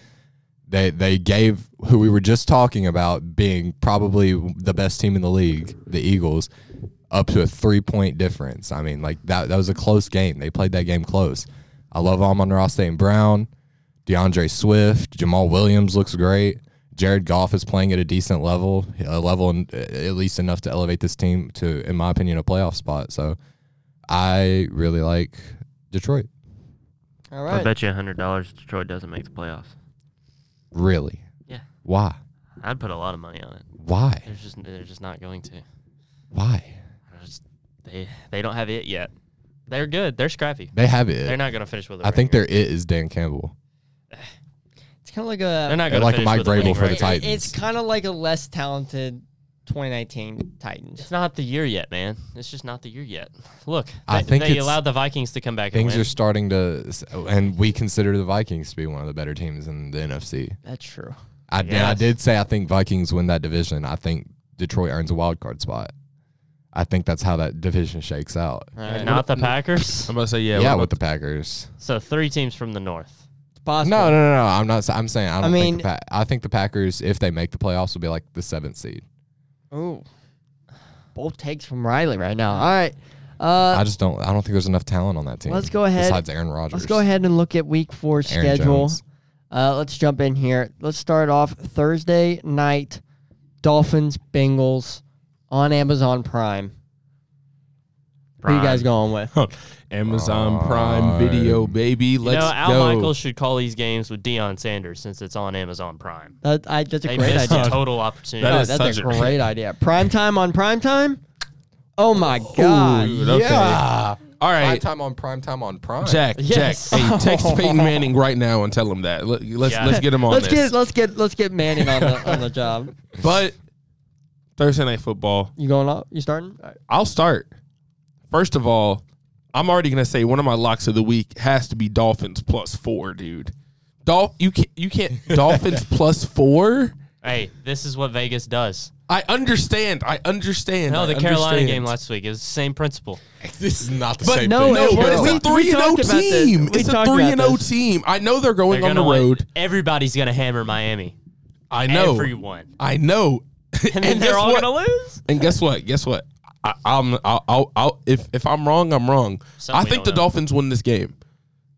Speaker 3: they they gave who we were just talking about being probably the best team in the league, the Eagles, up to a three point difference. I mean, like that that was a close game. They played that game close. I love Amon Ross St. Brown, DeAndre Swift, Jamal Williams looks great. Jared Goff is playing at a decent level, a level in, at least enough to elevate this team to, in my opinion, a playoff spot. So I really like Detroit.
Speaker 1: All right.
Speaker 2: bet you hundred dollars Detroit doesn't make the playoffs.
Speaker 3: Really?
Speaker 2: Yeah.
Speaker 3: Why?
Speaker 2: I'd put a lot of money on it.
Speaker 3: Why?
Speaker 2: They're just they're just not going to.
Speaker 3: Why?
Speaker 2: They're just- they they don't have it yet. They're good. They're scrappy.
Speaker 3: They have it.
Speaker 2: They're not going to finish with. a
Speaker 3: I think
Speaker 2: ringer.
Speaker 3: their it is Dan Campbell.
Speaker 1: It's kind of like a
Speaker 2: They're not going to
Speaker 3: like
Speaker 2: finish
Speaker 3: Mike
Speaker 2: with a
Speaker 3: Vrabel
Speaker 2: winning
Speaker 3: for the
Speaker 2: record.
Speaker 3: Titans.
Speaker 1: It- It's kind of like a less talented 2019
Speaker 2: It's
Speaker 1: Titans.
Speaker 2: not the year yet, man. It's just not the year yet. Look, they,
Speaker 3: I think
Speaker 2: they
Speaker 3: it's-
Speaker 2: allowed the Vikings to come back.
Speaker 3: Things
Speaker 2: and
Speaker 3: are
Speaker 2: win.
Speaker 3: starting to, and we consider the Vikings to be one of the better teams in the NFC.
Speaker 1: That's true.
Speaker 3: I, and I
Speaker 2: Yes.
Speaker 3: did say I think Vikings win that division. I think Detroit earns a wild card spot. I think that's how that division shakes out.
Speaker 1: All right.
Speaker 2: not the Packers.
Speaker 4: I'm about to say yeah.
Speaker 3: Yeah,
Speaker 4: what about
Speaker 3: with the Packers.
Speaker 2: So three teams from the north.
Speaker 1: It's possible.
Speaker 3: No, no, no, no. I'm not. s- I'm saying I don't
Speaker 1: mean-
Speaker 3: think. The pa- I think the Packers, if they make the playoffs, will be like the seventh seed.
Speaker 1: Ooh. Both takes from Riley right now. All right.
Speaker 3: I
Speaker 1: Uh,
Speaker 3: just don't. I don't think there's enough talent on that team.
Speaker 1: Let's go ahead-
Speaker 3: Besides Aaron Rodgers,
Speaker 1: let's go ahead and look at week four
Speaker 3: Aaron
Speaker 1: schedule.
Speaker 3: Jones.
Speaker 1: Uh, let's jump in here. Let's start off Thursday night Dolphins Bengals on Amazon Prime. Who you guys going with?
Speaker 4: Amazon Prime Video, baby.
Speaker 2: You
Speaker 4: Let's
Speaker 2: know, Al
Speaker 4: go.
Speaker 2: Michaels should call these games with Deion Sanders since it's on Amazon Prime.
Speaker 1: That, I, that's a
Speaker 2: They
Speaker 1: great
Speaker 2: missed a
Speaker 1: idea.
Speaker 2: total opportunity.
Speaker 4: That
Speaker 1: No,
Speaker 4: is
Speaker 1: that's a
Speaker 4: such a-
Speaker 1: great idea. Prime time on prime time? Oh my god.
Speaker 4: Dude, okay.
Speaker 3: Yeah.
Speaker 4: All
Speaker 3: Prime
Speaker 4: right.
Speaker 3: time on prime time on prime.
Speaker 4: Jack,
Speaker 1: Yes.
Speaker 4: Jack, hey, text Peyton Manning right now and tell him that. Let, let's
Speaker 2: Yeah.
Speaker 4: let's get him on
Speaker 1: let's
Speaker 4: this.
Speaker 1: get let's get let's get Manning on the on the job.
Speaker 4: but Thursday night football,
Speaker 1: You going up? You starting? All right.
Speaker 4: I'll start. First of all, I'm already gonna say one of my locks of the week has to be Dolphins plus four, dude. Dolph, you can't you can't Dolphins plus four.
Speaker 2: Hey, this is what Vegas does.
Speaker 4: I understand. I understand.
Speaker 2: No,
Speaker 4: I
Speaker 2: the Carolina
Speaker 4: understand.
Speaker 2: game last week is the same principle.
Speaker 3: This is not the
Speaker 1: But
Speaker 3: same
Speaker 1: no,
Speaker 3: thing.
Speaker 4: No,
Speaker 1: It was-
Speaker 4: but it's
Speaker 1: we-
Speaker 4: a
Speaker 1: we
Speaker 4: three and
Speaker 1: talked
Speaker 4: O
Speaker 1: about this.
Speaker 4: team.
Speaker 1: We
Speaker 4: It's a
Speaker 1: talked
Speaker 4: three
Speaker 1: about
Speaker 4: and O
Speaker 1: this.
Speaker 4: team. I know they're going
Speaker 2: They're
Speaker 4: on the
Speaker 2: gonna win.
Speaker 4: road.
Speaker 2: Everybody's gonna hammer Miami.
Speaker 4: I know.
Speaker 2: Everyone.
Speaker 4: I know.
Speaker 2: And then
Speaker 4: guess
Speaker 2: they're all
Speaker 4: what?
Speaker 2: gonna lose.
Speaker 4: And guess what? Guess what? I, I'm I'll, I'll, I'll if if I'm wrong, I'm wrong.
Speaker 2: Something
Speaker 4: I
Speaker 2: we
Speaker 4: think the
Speaker 2: don't know.
Speaker 4: Dolphins win this game.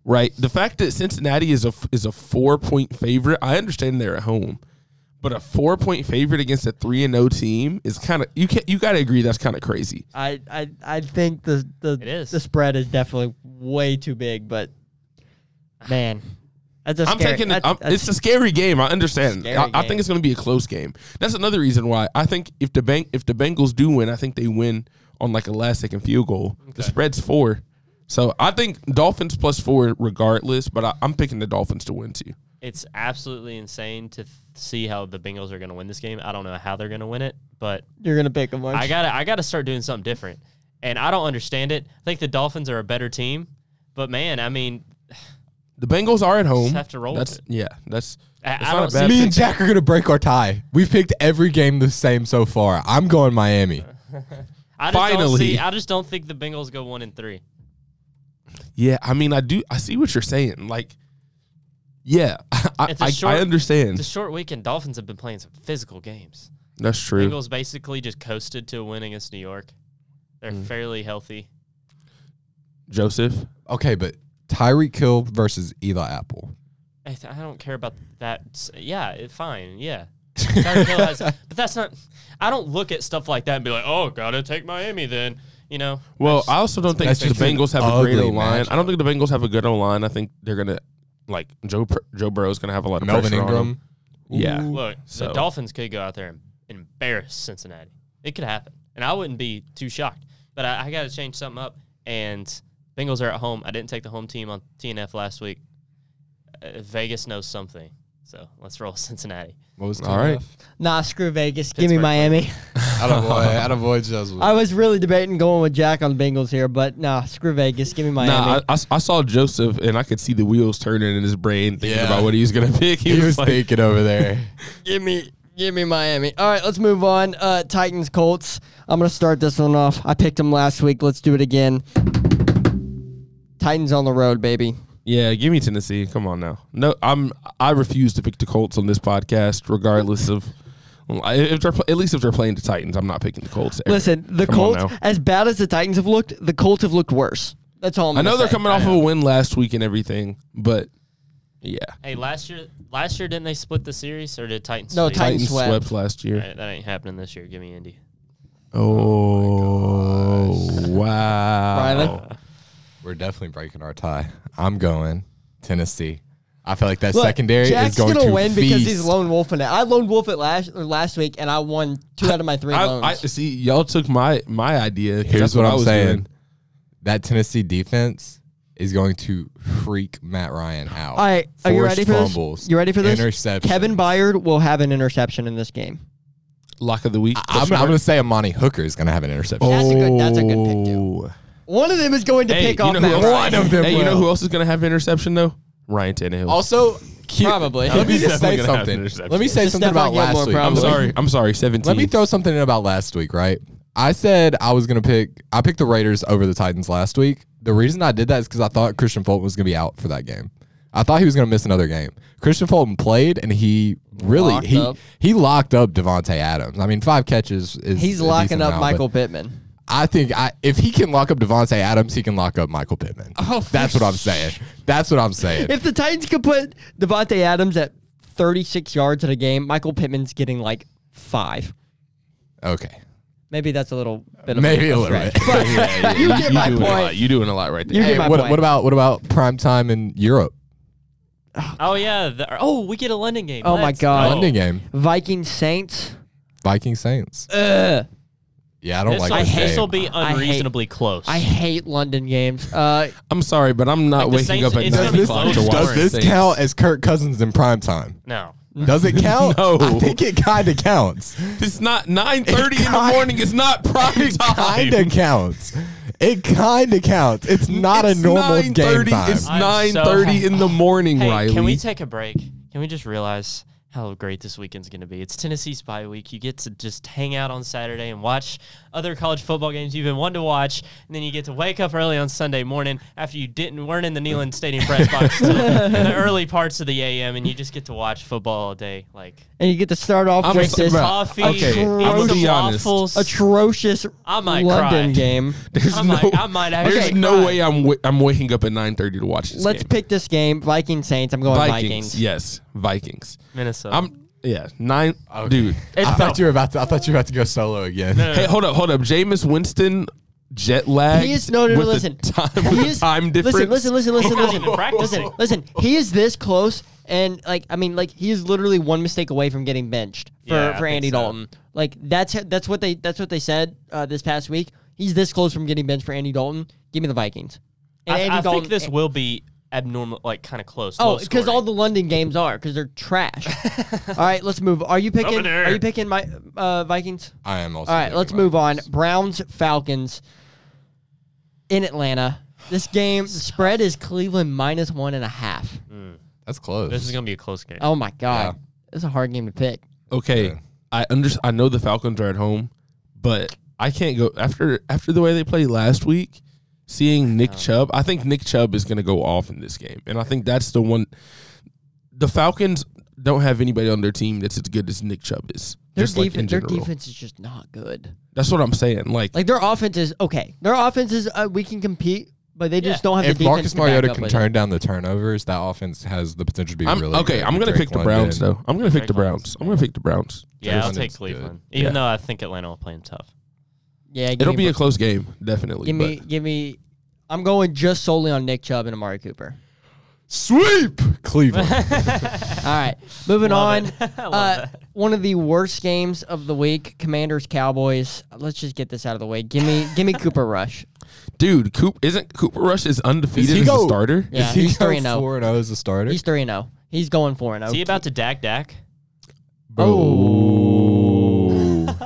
Speaker 4: Right? The fact that Cincinnati is a f- is a four point favorite, I understand they're at home, but a four point favorite against a three and O team is kind of you can not you got to agree that's kind of crazy.
Speaker 1: I, I I think the the
Speaker 2: It is.
Speaker 1: the spread is definitely way too big, but man, that's a
Speaker 4: I'm
Speaker 1: scary-
Speaker 4: taking it.
Speaker 1: that's-
Speaker 4: I'm,
Speaker 1: that's-
Speaker 4: it's a scary game. I understand.
Speaker 1: Scary
Speaker 4: I, I
Speaker 1: game.
Speaker 4: think it's going to be a close game. That's another reason why I think if the bank if the Bengals do win, I think they win on like a last second field goal. The spread's four, so I think Dolphins plus four regardless. But I, I'm picking the Dolphins to win too.
Speaker 2: It's absolutely insane to th- see how the Bengals are gonna win this game. I don't know how they're gonna win it, but
Speaker 1: you're gonna pick them.
Speaker 2: I gotta I gotta start doing something different. And I don't understand it. I think the Dolphins are a better team, but man, I mean,
Speaker 4: The Bengals are at home.
Speaker 2: have to roll with
Speaker 4: That's
Speaker 2: it.
Speaker 4: yeah. That's
Speaker 2: I-
Speaker 4: that's
Speaker 2: I
Speaker 4: not
Speaker 2: don't
Speaker 4: a bad
Speaker 2: see-
Speaker 4: pick.
Speaker 3: Me and Jack are gonna break our tie. We've picked every game the same so far. I'm going
Speaker 2: I
Speaker 3: Miami.
Speaker 2: just don't
Speaker 4: Finally.
Speaker 2: see. I just don't think the Bengals go one and three.
Speaker 4: Yeah, I mean, I do. I see what you're saying. Like, yeah, I,
Speaker 2: It's a
Speaker 4: I,
Speaker 2: short-
Speaker 4: I
Speaker 2: It's a
Speaker 4: understand.
Speaker 2: short weekend. Dolphins have been playing some physical games.
Speaker 4: That's true.
Speaker 2: Bengals basically just coasted to a win against New York. They're
Speaker 4: Mm.
Speaker 2: fairly healthy.
Speaker 4: Joseph,
Speaker 3: Okay, but Tyreek Hill versus Eli Apple.
Speaker 2: I, th- I don't care about that. S- Yeah, it, fine. Yeah. Tyreek Hill has- but that's not. I don't look at stuff like that and be like, oh, gotta take Miami then. You know.
Speaker 4: Well, I also don't think
Speaker 3: That's
Speaker 4: the
Speaker 3: just an
Speaker 4: Bengals have a great
Speaker 3: ugly
Speaker 4: O line. I
Speaker 3: matchup.
Speaker 4: don't think the Bengals have a good O line. I think they're gonna like Joe Pr- Joe Burrow's gonna have a lot of
Speaker 3: Melvin
Speaker 4: pressure on him.
Speaker 3: Ingram.
Speaker 4: Yeah.
Speaker 2: Look,
Speaker 4: So-
Speaker 2: the Dolphins could go out there and, and embarrass Cincinnati. It could happen, and I wouldn't be too shocked. But I, I got to change something up. And Bengals are at home. I didn't take the home team on TNF last week. Uh, Vegas knows something, so let's roll Cincinnati.
Speaker 3: What was
Speaker 4: All right.
Speaker 1: nah, screw Vegas. Give me
Speaker 2: Pittsburgh.
Speaker 1: Miami.
Speaker 3: Out of boy, out of boy, Joseph.
Speaker 1: I was really debating going with Jack on Bengals here, but nah, screw Vegas. Give me Miami.
Speaker 4: Nah, I, I, I saw Joseph and I could see the wheels turning in his brain thinking
Speaker 3: Yeah.
Speaker 4: about what he was gonna pick. He,
Speaker 3: He
Speaker 4: was,
Speaker 3: was
Speaker 4: like,
Speaker 3: thinking over there.
Speaker 1: give me give me Miami. All right, let's move on. Uh, Titans Colts. I'm gonna start this one off. I picked them last week. Let's do it again. Titans on the road, baby.
Speaker 4: "Yeah, give me Tennessee. Come on now. No, I'm. I refuse to pick the Colts on this podcast, regardless of if they're pl- at least if they're playing the Titans. I'm not picking the Colts. Eric.
Speaker 1: Listen, the
Speaker 4: Come on
Speaker 1: Colts,
Speaker 4: now.
Speaker 1: as bad as the Titans have looked, the Colts have looked worse. That's all I'm
Speaker 4: I know
Speaker 1: gonna
Speaker 4: they're
Speaker 1: say.
Speaker 4: coming off of a win last week and everything, but yeah,
Speaker 2: Hey, last year, last year didn't they split the series or did Titans?
Speaker 1: No,
Speaker 2: sweep?
Speaker 1: Titans
Speaker 4: Titans
Speaker 1: swept.
Speaker 4: swept last year.
Speaker 2: All right, that ain't happening this year. Give me Indy.
Speaker 4: Oh, wow.
Speaker 1: Riley.
Speaker 3: We're definitely breaking our tie. I'm going Tennessee. I feel like that
Speaker 1: Look,
Speaker 3: secondary
Speaker 1: Jack's
Speaker 3: is going
Speaker 1: gonna
Speaker 3: to
Speaker 1: win because he's
Speaker 3: feast.
Speaker 1: lone wolfing it. I lone wolf it last or last week, and I won two out of my three loans.
Speaker 4: I, I see y'all took my my idea. 'cause
Speaker 3: Here's
Speaker 4: that's
Speaker 3: what,
Speaker 4: I
Speaker 3: I'm
Speaker 4: was
Speaker 3: saying.
Speaker 4: doing.
Speaker 3: That Tennessee defense is going to freak Matt Ryan out.
Speaker 1: All right, are you
Speaker 3: Forced
Speaker 1: ready for
Speaker 3: fumbles,
Speaker 1: this? You ready for this?
Speaker 3: Interceptions.
Speaker 1: Kevin Byard will have an interception in this game.
Speaker 4: Lock of the week.
Speaker 3: I'm, I'm going to say Amani Hooker is going to have an interception.
Speaker 1: That's a good- that's a good pick, too.
Speaker 4: Oh.
Speaker 1: One of them is going to
Speaker 4: Hey,
Speaker 1: pick
Speaker 4: you
Speaker 1: off
Speaker 4: know who
Speaker 1: Matt
Speaker 4: else-
Speaker 1: Ryan.
Speaker 3: One of them
Speaker 4: Hey, you know
Speaker 3: will.
Speaker 4: who else is going to have interception though? Ryan Tannehill.
Speaker 3: Also, cute.
Speaker 1: Probably.
Speaker 3: Let me
Speaker 4: He's
Speaker 3: just say
Speaker 4: definitely gonna have an
Speaker 3: something.
Speaker 4: interception.
Speaker 3: Let me say
Speaker 1: Just
Speaker 3: something
Speaker 1: Stephon
Speaker 3: about last
Speaker 1: Gilmore,
Speaker 3: week.
Speaker 4: I'm
Speaker 1: probably.
Speaker 4: sorry. I'm sorry. Seventeen.
Speaker 3: Let me throw something in about last week, right? I said I was going to pick, I picked the Raiders over the Titans last week. The reason I did that is because I thought Christian Fulton was going to be out for that game. I thought he was going to miss another game. Christian Fulton played, and he really
Speaker 1: Locked
Speaker 3: he
Speaker 1: up.
Speaker 3: he locked up Devonte Adams. I mean, five catches is
Speaker 1: He's
Speaker 3: a
Speaker 1: locking
Speaker 3: decent
Speaker 1: up
Speaker 3: amount, but
Speaker 1: Michael Pittman.
Speaker 3: I think I, if he can lock up Devonte Adams, he can lock up Michael Pittman.
Speaker 1: Oh, for
Speaker 3: that's what I'm saying. That's what I'm saying.
Speaker 1: If the Titans could put Devontae Adams at 36 yards in a game, Michael Pittman's getting like five.
Speaker 3: okay,
Speaker 1: Maybe that's a little bit of
Speaker 3: maybe a
Speaker 1: a
Speaker 3: little
Speaker 1: stretch.
Speaker 3: bit.
Speaker 1: you get my
Speaker 4: doing A lot.
Speaker 1: point.
Speaker 4: You doing a lot right
Speaker 1: You
Speaker 4: there.
Speaker 1: get
Speaker 3: Hey,
Speaker 1: my
Speaker 3: what,
Speaker 1: point.
Speaker 3: what about what about prime time in Europe?
Speaker 2: Oh yeah. The, oh, we get a London game.
Speaker 1: Oh, my
Speaker 2: Let's
Speaker 1: God.
Speaker 2: go.
Speaker 3: London game,
Speaker 1: Viking Saints.
Speaker 3: Viking Saints.
Speaker 1: Ugh.
Speaker 3: Yeah, I don't like
Speaker 2: I
Speaker 3: this
Speaker 2: hate- this will
Speaker 3: game.
Speaker 2: be
Speaker 1: I hate-
Speaker 2: unreasonably close.
Speaker 1: I hate London games. Uh,
Speaker 4: I'm sorry, but I'm not
Speaker 2: Like the
Speaker 4: waking
Speaker 2: Saints-
Speaker 4: up at
Speaker 2: it's gonna
Speaker 4: nine
Speaker 2: be
Speaker 4: o'clock
Speaker 2: close.
Speaker 4: to watch.
Speaker 2: Does
Speaker 3: Does this
Speaker 4: Saints.
Speaker 3: count as Kirk Cousins in prime time?
Speaker 2: no.
Speaker 3: Does it count?
Speaker 4: No.
Speaker 3: I think it kind of counts.
Speaker 4: It's not nine thirty in the
Speaker 3: It
Speaker 4: morning. It's not prime
Speaker 3: It
Speaker 4: time.
Speaker 3: kind of counts. It kind of counts. It's not
Speaker 4: It's
Speaker 3: a normal game
Speaker 4: 9:30
Speaker 3: time.
Speaker 4: It's
Speaker 2: I'm so
Speaker 4: nine thirty
Speaker 2: happy.
Speaker 4: in the morning,
Speaker 2: Hey,
Speaker 4: Riley.
Speaker 2: can we take a break? Can we just realize how great this weekend's going to be? It's Tennessee's bye week. You get to just hang out on Saturday and watch other college football games you've been wanting to watch, and then you get to wake up early on Sunday morning after you didn't weren't in the Neyland Stadium press box till the early parts of the AM, and you just get to watch football all day. Like
Speaker 1: and you get to start off
Speaker 4: I'm
Speaker 1: with
Speaker 4: sorry,
Speaker 1: this
Speaker 4: bro.
Speaker 2: coffee,
Speaker 4: okay,
Speaker 2: eat
Speaker 1: I'm gonna
Speaker 2: some
Speaker 4: be honest.
Speaker 2: waffles.
Speaker 1: atrocious
Speaker 2: I might
Speaker 1: London
Speaker 2: cry.
Speaker 1: game.
Speaker 4: There's
Speaker 2: I
Speaker 4: no,
Speaker 2: might- I might actually
Speaker 4: there's no
Speaker 2: cry.
Speaker 4: way I'm wa- I'm waking up at nine thirty to watch this.
Speaker 1: Let's
Speaker 4: game.
Speaker 1: pick this game. Vikings Saints. I'm going
Speaker 4: Vikings.
Speaker 1: Vikings.
Speaker 4: Yes, Vikings.
Speaker 2: Minnesota.
Speaker 4: I'm yeah nine dude.
Speaker 3: I thought you were about to. I thought you were about to go solo again.
Speaker 4: Hey, hold up, hold up. Jameis Winston jet lag.
Speaker 1: He is no, no, no
Speaker 4: with the
Speaker 1: listen.
Speaker 4: Time, with
Speaker 1: He
Speaker 4: the
Speaker 1: is-
Speaker 4: time difference.
Speaker 1: Listen, listen, listen,
Speaker 2: He's not
Speaker 1: listen,
Speaker 2: even
Speaker 1: listen,
Speaker 2: practicing.
Speaker 1: listen, listen. He is this close, and like I mean, like he is literally one mistake away from getting benched for,
Speaker 2: Yeah, I
Speaker 1: for
Speaker 2: think
Speaker 1: Andy
Speaker 2: so.
Speaker 1: Dalton. Like that's that's what they that's what they said uh, this past week. He's this close from getting benched for Andy Dalton. Give me the Vikings. And
Speaker 2: I,
Speaker 1: Andy
Speaker 2: I
Speaker 1: Dalton- eh,
Speaker 2: think this will be abnormal, like kind of close.
Speaker 1: Oh,
Speaker 2: low
Speaker 1: because all
Speaker 2: scoring.
Speaker 1: the London games are because they're trash. all right, let's move. Are you picking?
Speaker 2: there.
Speaker 1: Are you picking my uh, Vikings?
Speaker 3: I am also.
Speaker 1: All right, let's move on. Browns Falcons in Atlanta. This game the spread is Cleveland minus one and a half.
Speaker 3: That's close.
Speaker 2: this is gonna be a close game.
Speaker 1: Oh my god, it's a hard game to pick.
Speaker 4: Okay, I under I know the Falcons are at home, but I can't go after after the way they played last week. Seeing Nick Chubb, I think Nick Chubb is going to go off in this game, and I think that's the one. The Falcons don't have anybody on their team that's as good as Nick Chubb is.
Speaker 1: Their
Speaker 4: just like in
Speaker 1: defense, their
Speaker 4: general.
Speaker 1: defense is just not good.
Speaker 4: That's what I'm saying. Like,
Speaker 1: Like their offense is okay. Their offense is uh, we can compete, but they just
Speaker 2: Yeah.
Speaker 1: don't have
Speaker 3: If
Speaker 1: the defense.
Speaker 3: Marcus
Speaker 1: to back
Speaker 3: Mariota
Speaker 1: up
Speaker 3: can
Speaker 1: with
Speaker 3: turn down the turnovers, that offense has the potential to be
Speaker 4: I'm
Speaker 3: really
Speaker 4: okay.
Speaker 3: good
Speaker 4: I'm
Speaker 3: with
Speaker 4: going to
Speaker 3: Drake
Speaker 4: pick the Browns
Speaker 3: London.
Speaker 4: though. I'm going to pick the
Speaker 2: Drake London's-
Speaker 4: Browns. I'm going to pick the Browns.
Speaker 2: yeah, I'll
Speaker 3: Cleveland
Speaker 2: take
Speaker 3: is
Speaker 2: Cleveland,
Speaker 3: good.
Speaker 2: even
Speaker 4: Yeah.
Speaker 2: though I think Atlanta will play him tough.
Speaker 1: it. Yeah, give
Speaker 4: It'll
Speaker 1: me,
Speaker 4: be a close game, definitely.
Speaker 1: give me,
Speaker 4: but-
Speaker 1: give me. I'm going just solely on Nick Chubb and Amari Cooper.
Speaker 3: Sweep Cleveland.
Speaker 1: All right, moving on.
Speaker 2: Love it. I love
Speaker 1: Uh, one of the worst games of the week, Commanders Cowboys. Let's just get this out of the way. Give me, give me Cooper Rush.
Speaker 4: dude, Coop isn't Cooper Rush is undefeated
Speaker 3: he
Speaker 4: as
Speaker 3: go-
Speaker 4: a starter.
Speaker 1: Yeah,
Speaker 3: Does he
Speaker 1: he's
Speaker 3: go
Speaker 1: three and zero.
Speaker 3: four and zero as a starter?
Speaker 1: He's three and zero. He's going four and oh.
Speaker 2: Is he
Speaker 1: zero.
Speaker 2: about to Dak Dak?
Speaker 1: Oh.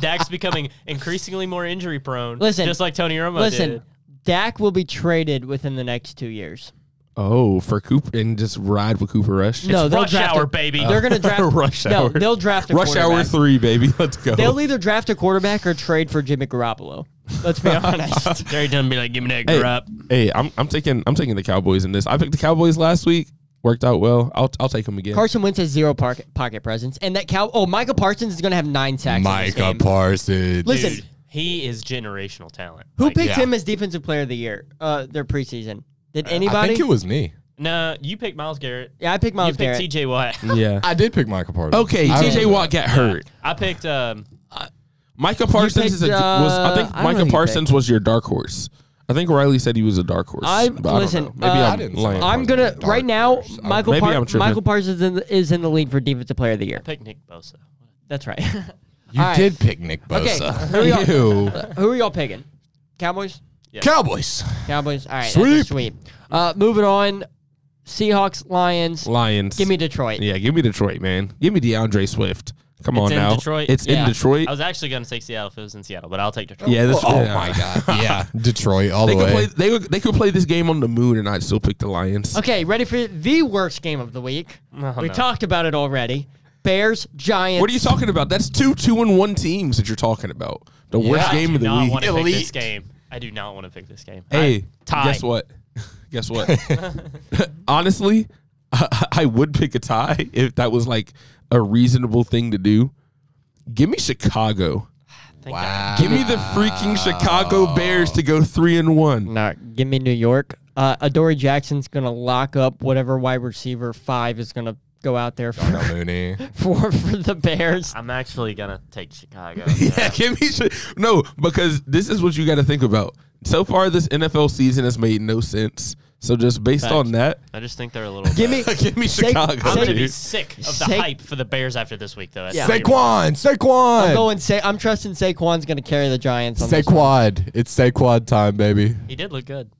Speaker 2: Dak's becoming increasingly more injury prone.
Speaker 1: Listen.
Speaker 2: just like Tony Romo
Speaker 1: Listen,
Speaker 2: did.
Speaker 1: Dak will be traded within the next two years.
Speaker 4: Oh, for Cooper and just ride with Cooper Rush.
Speaker 1: no, Oh, they'll
Speaker 2: rush
Speaker 1: draft
Speaker 2: hour,
Speaker 1: a-
Speaker 2: baby.
Speaker 1: They're gonna draft
Speaker 4: Rush
Speaker 1: No,
Speaker 4: hour.
Speaker 1: they'll draft a
Speaker 4: Rush hour
Speaker 1: quarterback.
Speaker 4: three, baby. Let's go.
Speaker 1: They'll either draft a quarterback or trade for Jimmy Garoppolo. Let's be honest.
Speaker 2: Jerry Dunn be like, give me that
Speaker 4: hey,
Speaker 2: grub.
Speaker 4: hey, I'm I'm taking I'm taking the Cowboys in this. I picked the Cowboys last week. Worked out well. I'll I'll take them again.
Speaker 1: Carson Wentz has zero park- pocket presence, and that cow. Oh, Micah Parsons is going to have nine sacks. oh in this
Speaker 3: Micah
Speaker 1: game.
Speaker 3: Parsons.
Speaker 1: Listen,
Speaker 2: Dude, he is generational talent.
Speaker 1: Who
Speaker 2: Like,
Speaker 1: picked
Speaker 3: yeah.
Speaker 1: him as defensive player of the year? Uh, their preseason. Did anybody?
Speaker 3: I think it was me.
Speaker 2: No, you picked Miles Garrett.
Speaker 1: yeah, I picked Miles
Speaker 2: you
Speaker 1: Garrett.
Speaker 2: picked TJ Watt.
Speaker 4: yeah.
Speaker 3: I did pick Michael Parsons.
Speaker 4: Okay,
Speaker 3: I don't
Speaker 4: TJ
Speaker 3: know.
Speaker 4: Watt got hurt.
Speaker 2: I picked um,
Speaker 4: Micah Parsons
Speaker 1: picked,
Speaker 4: is a was I think
Speaker 1: uh, I don't know who
Speaker 4: Micah
Speaker 1: you
Speaker 4: Parsons was your dark horse. I think Riley said he was a dark horse.
Speaker 1: I-
Speaker 4: but I don't
Speaker 1: listen,
Speaker 4: know. Maybe
Speaker 1: uh,
Speaker 4: I'm
Speaker 3: I didn't say
Speaker 4: lying.
Speaker 3: Micah
Speaker 1: I'm gonna
Speaker 3: Parsons,
Speaker 1: right
Speaker 3: dark
Speaker 1: now.
Speaker 3: horse. I-
Speaker 1: Michael
Speaker 4: Maybe
Speaker 1: Par-
Speaker 4: I'm tripping.
Speaker 1: Michael Parsons in the, is in the lead for defensive player of the year.
Speaker 2: picked Nick Bosa.
Speaker 1: That's right.
Speaker 3: You
Speaker 1: All right.
Speaker 3: did pick Nick
Speaker 1: Okay,
Speaker 3: Bosa.
Speaker 1: who are, y'all,
Speaker 4: Ew.
Speaker 1: who are y'all picking? Cowboys.
Speaker 3: Cowboys.
Speaker 1: Cowboys. All right, sweep. sweep. Uh, moving on. Seahawks. Lions.
Speaker 4: Lions.
Speaker 1: Give me Detroit.
Speaker 4: Yeah, give me Detroit, man. Give me DeAndre Swift. Come
Speaker 2: It's
Speaker 4: on
Speaker 2: in
Speaker 4: now.
Speaker 2: Detroit?
Speaker 4: It's
Speaker 1: Yeah.
Speaker 4: in Detroit.
Speaker 2: I was actually gonna say Seattle if it was in Seattle, but I'll take Detroit.
Speaker 4: Yeah, that's
Speaker 3: oh
Speaker 4: yeah.
Speaker 3: my god. Yeah, Detroit all
Speaker 4: They
Speaker 3: the
Speaker 4: could
Speaker 3: way.
Speaker 4: play. They would- they could play this game on the moon, and I'd still pick the Lions.
Speaker 1: Okay, ready for the worst game of the week. we
Speaker 2: no.
Speaker 1: talked about it already. Bears. Giants.
Speaker 4: Oh, What are you talking about? That's two two and one teams that you're talking about. The worst
Speaker 2: I
Speaker 4: game
Speaker 2: do
Speaker 4: of the
Speaker 2: not
Speaker 4: week.
Speaker 2: want to pick this game. I do not want to pick this game.
Speaker 4: Hey,
Speaker 2: tie.
Speaker 4: guess what? guess what? Honestly, I, I would pick a tie if that was like a reasonable thing to do. Give me Chicago.
Speaker 2: Thank God.
Speaker 3: Wow.
Speaker 4: Give me the freaking Chicago Bears to go three and one.
Speaker 1: No, give me New York. Uh, Adoree Jackson's gonna lock up whatever wide receiver five is gonna go out there for
Speaker 3: Darnell Mooney.
Speaker 1: for, for the Bears.
Speaker 2: I'm actually gonna take Chicago.
Speaker 4: Yeah, give me Chi- no because this is what you got to think about. So far, this NFL season has made no sense. So just based
Speaker 2: Facts.
Speaker 4: on that,
Speaker 2: I just think they're a little.
Speaker 1: Give me
Speaker 4: give me
Speaker 1: Say-
Speaker 4: Chicago.
Speaker 2: I'm
Speaker 1: say-
Speaker 2: gonna be
Speaker 4: dude.
Speaker 2: sick of the
Speaker 1: Say-
Speaker 2: hype for the Bears after this week, though. That's
Speaker 1: Yeah.
Speaker 2: pretty much-
Speaker 3: Saquon, Saquon,
Speaker 1: I'm going. Say I'm trusting Saquon's going to carry the Giants. On this one.
Speaker 3: Saquad. It's Saquad time, baby.
Speaker 2: He did look good.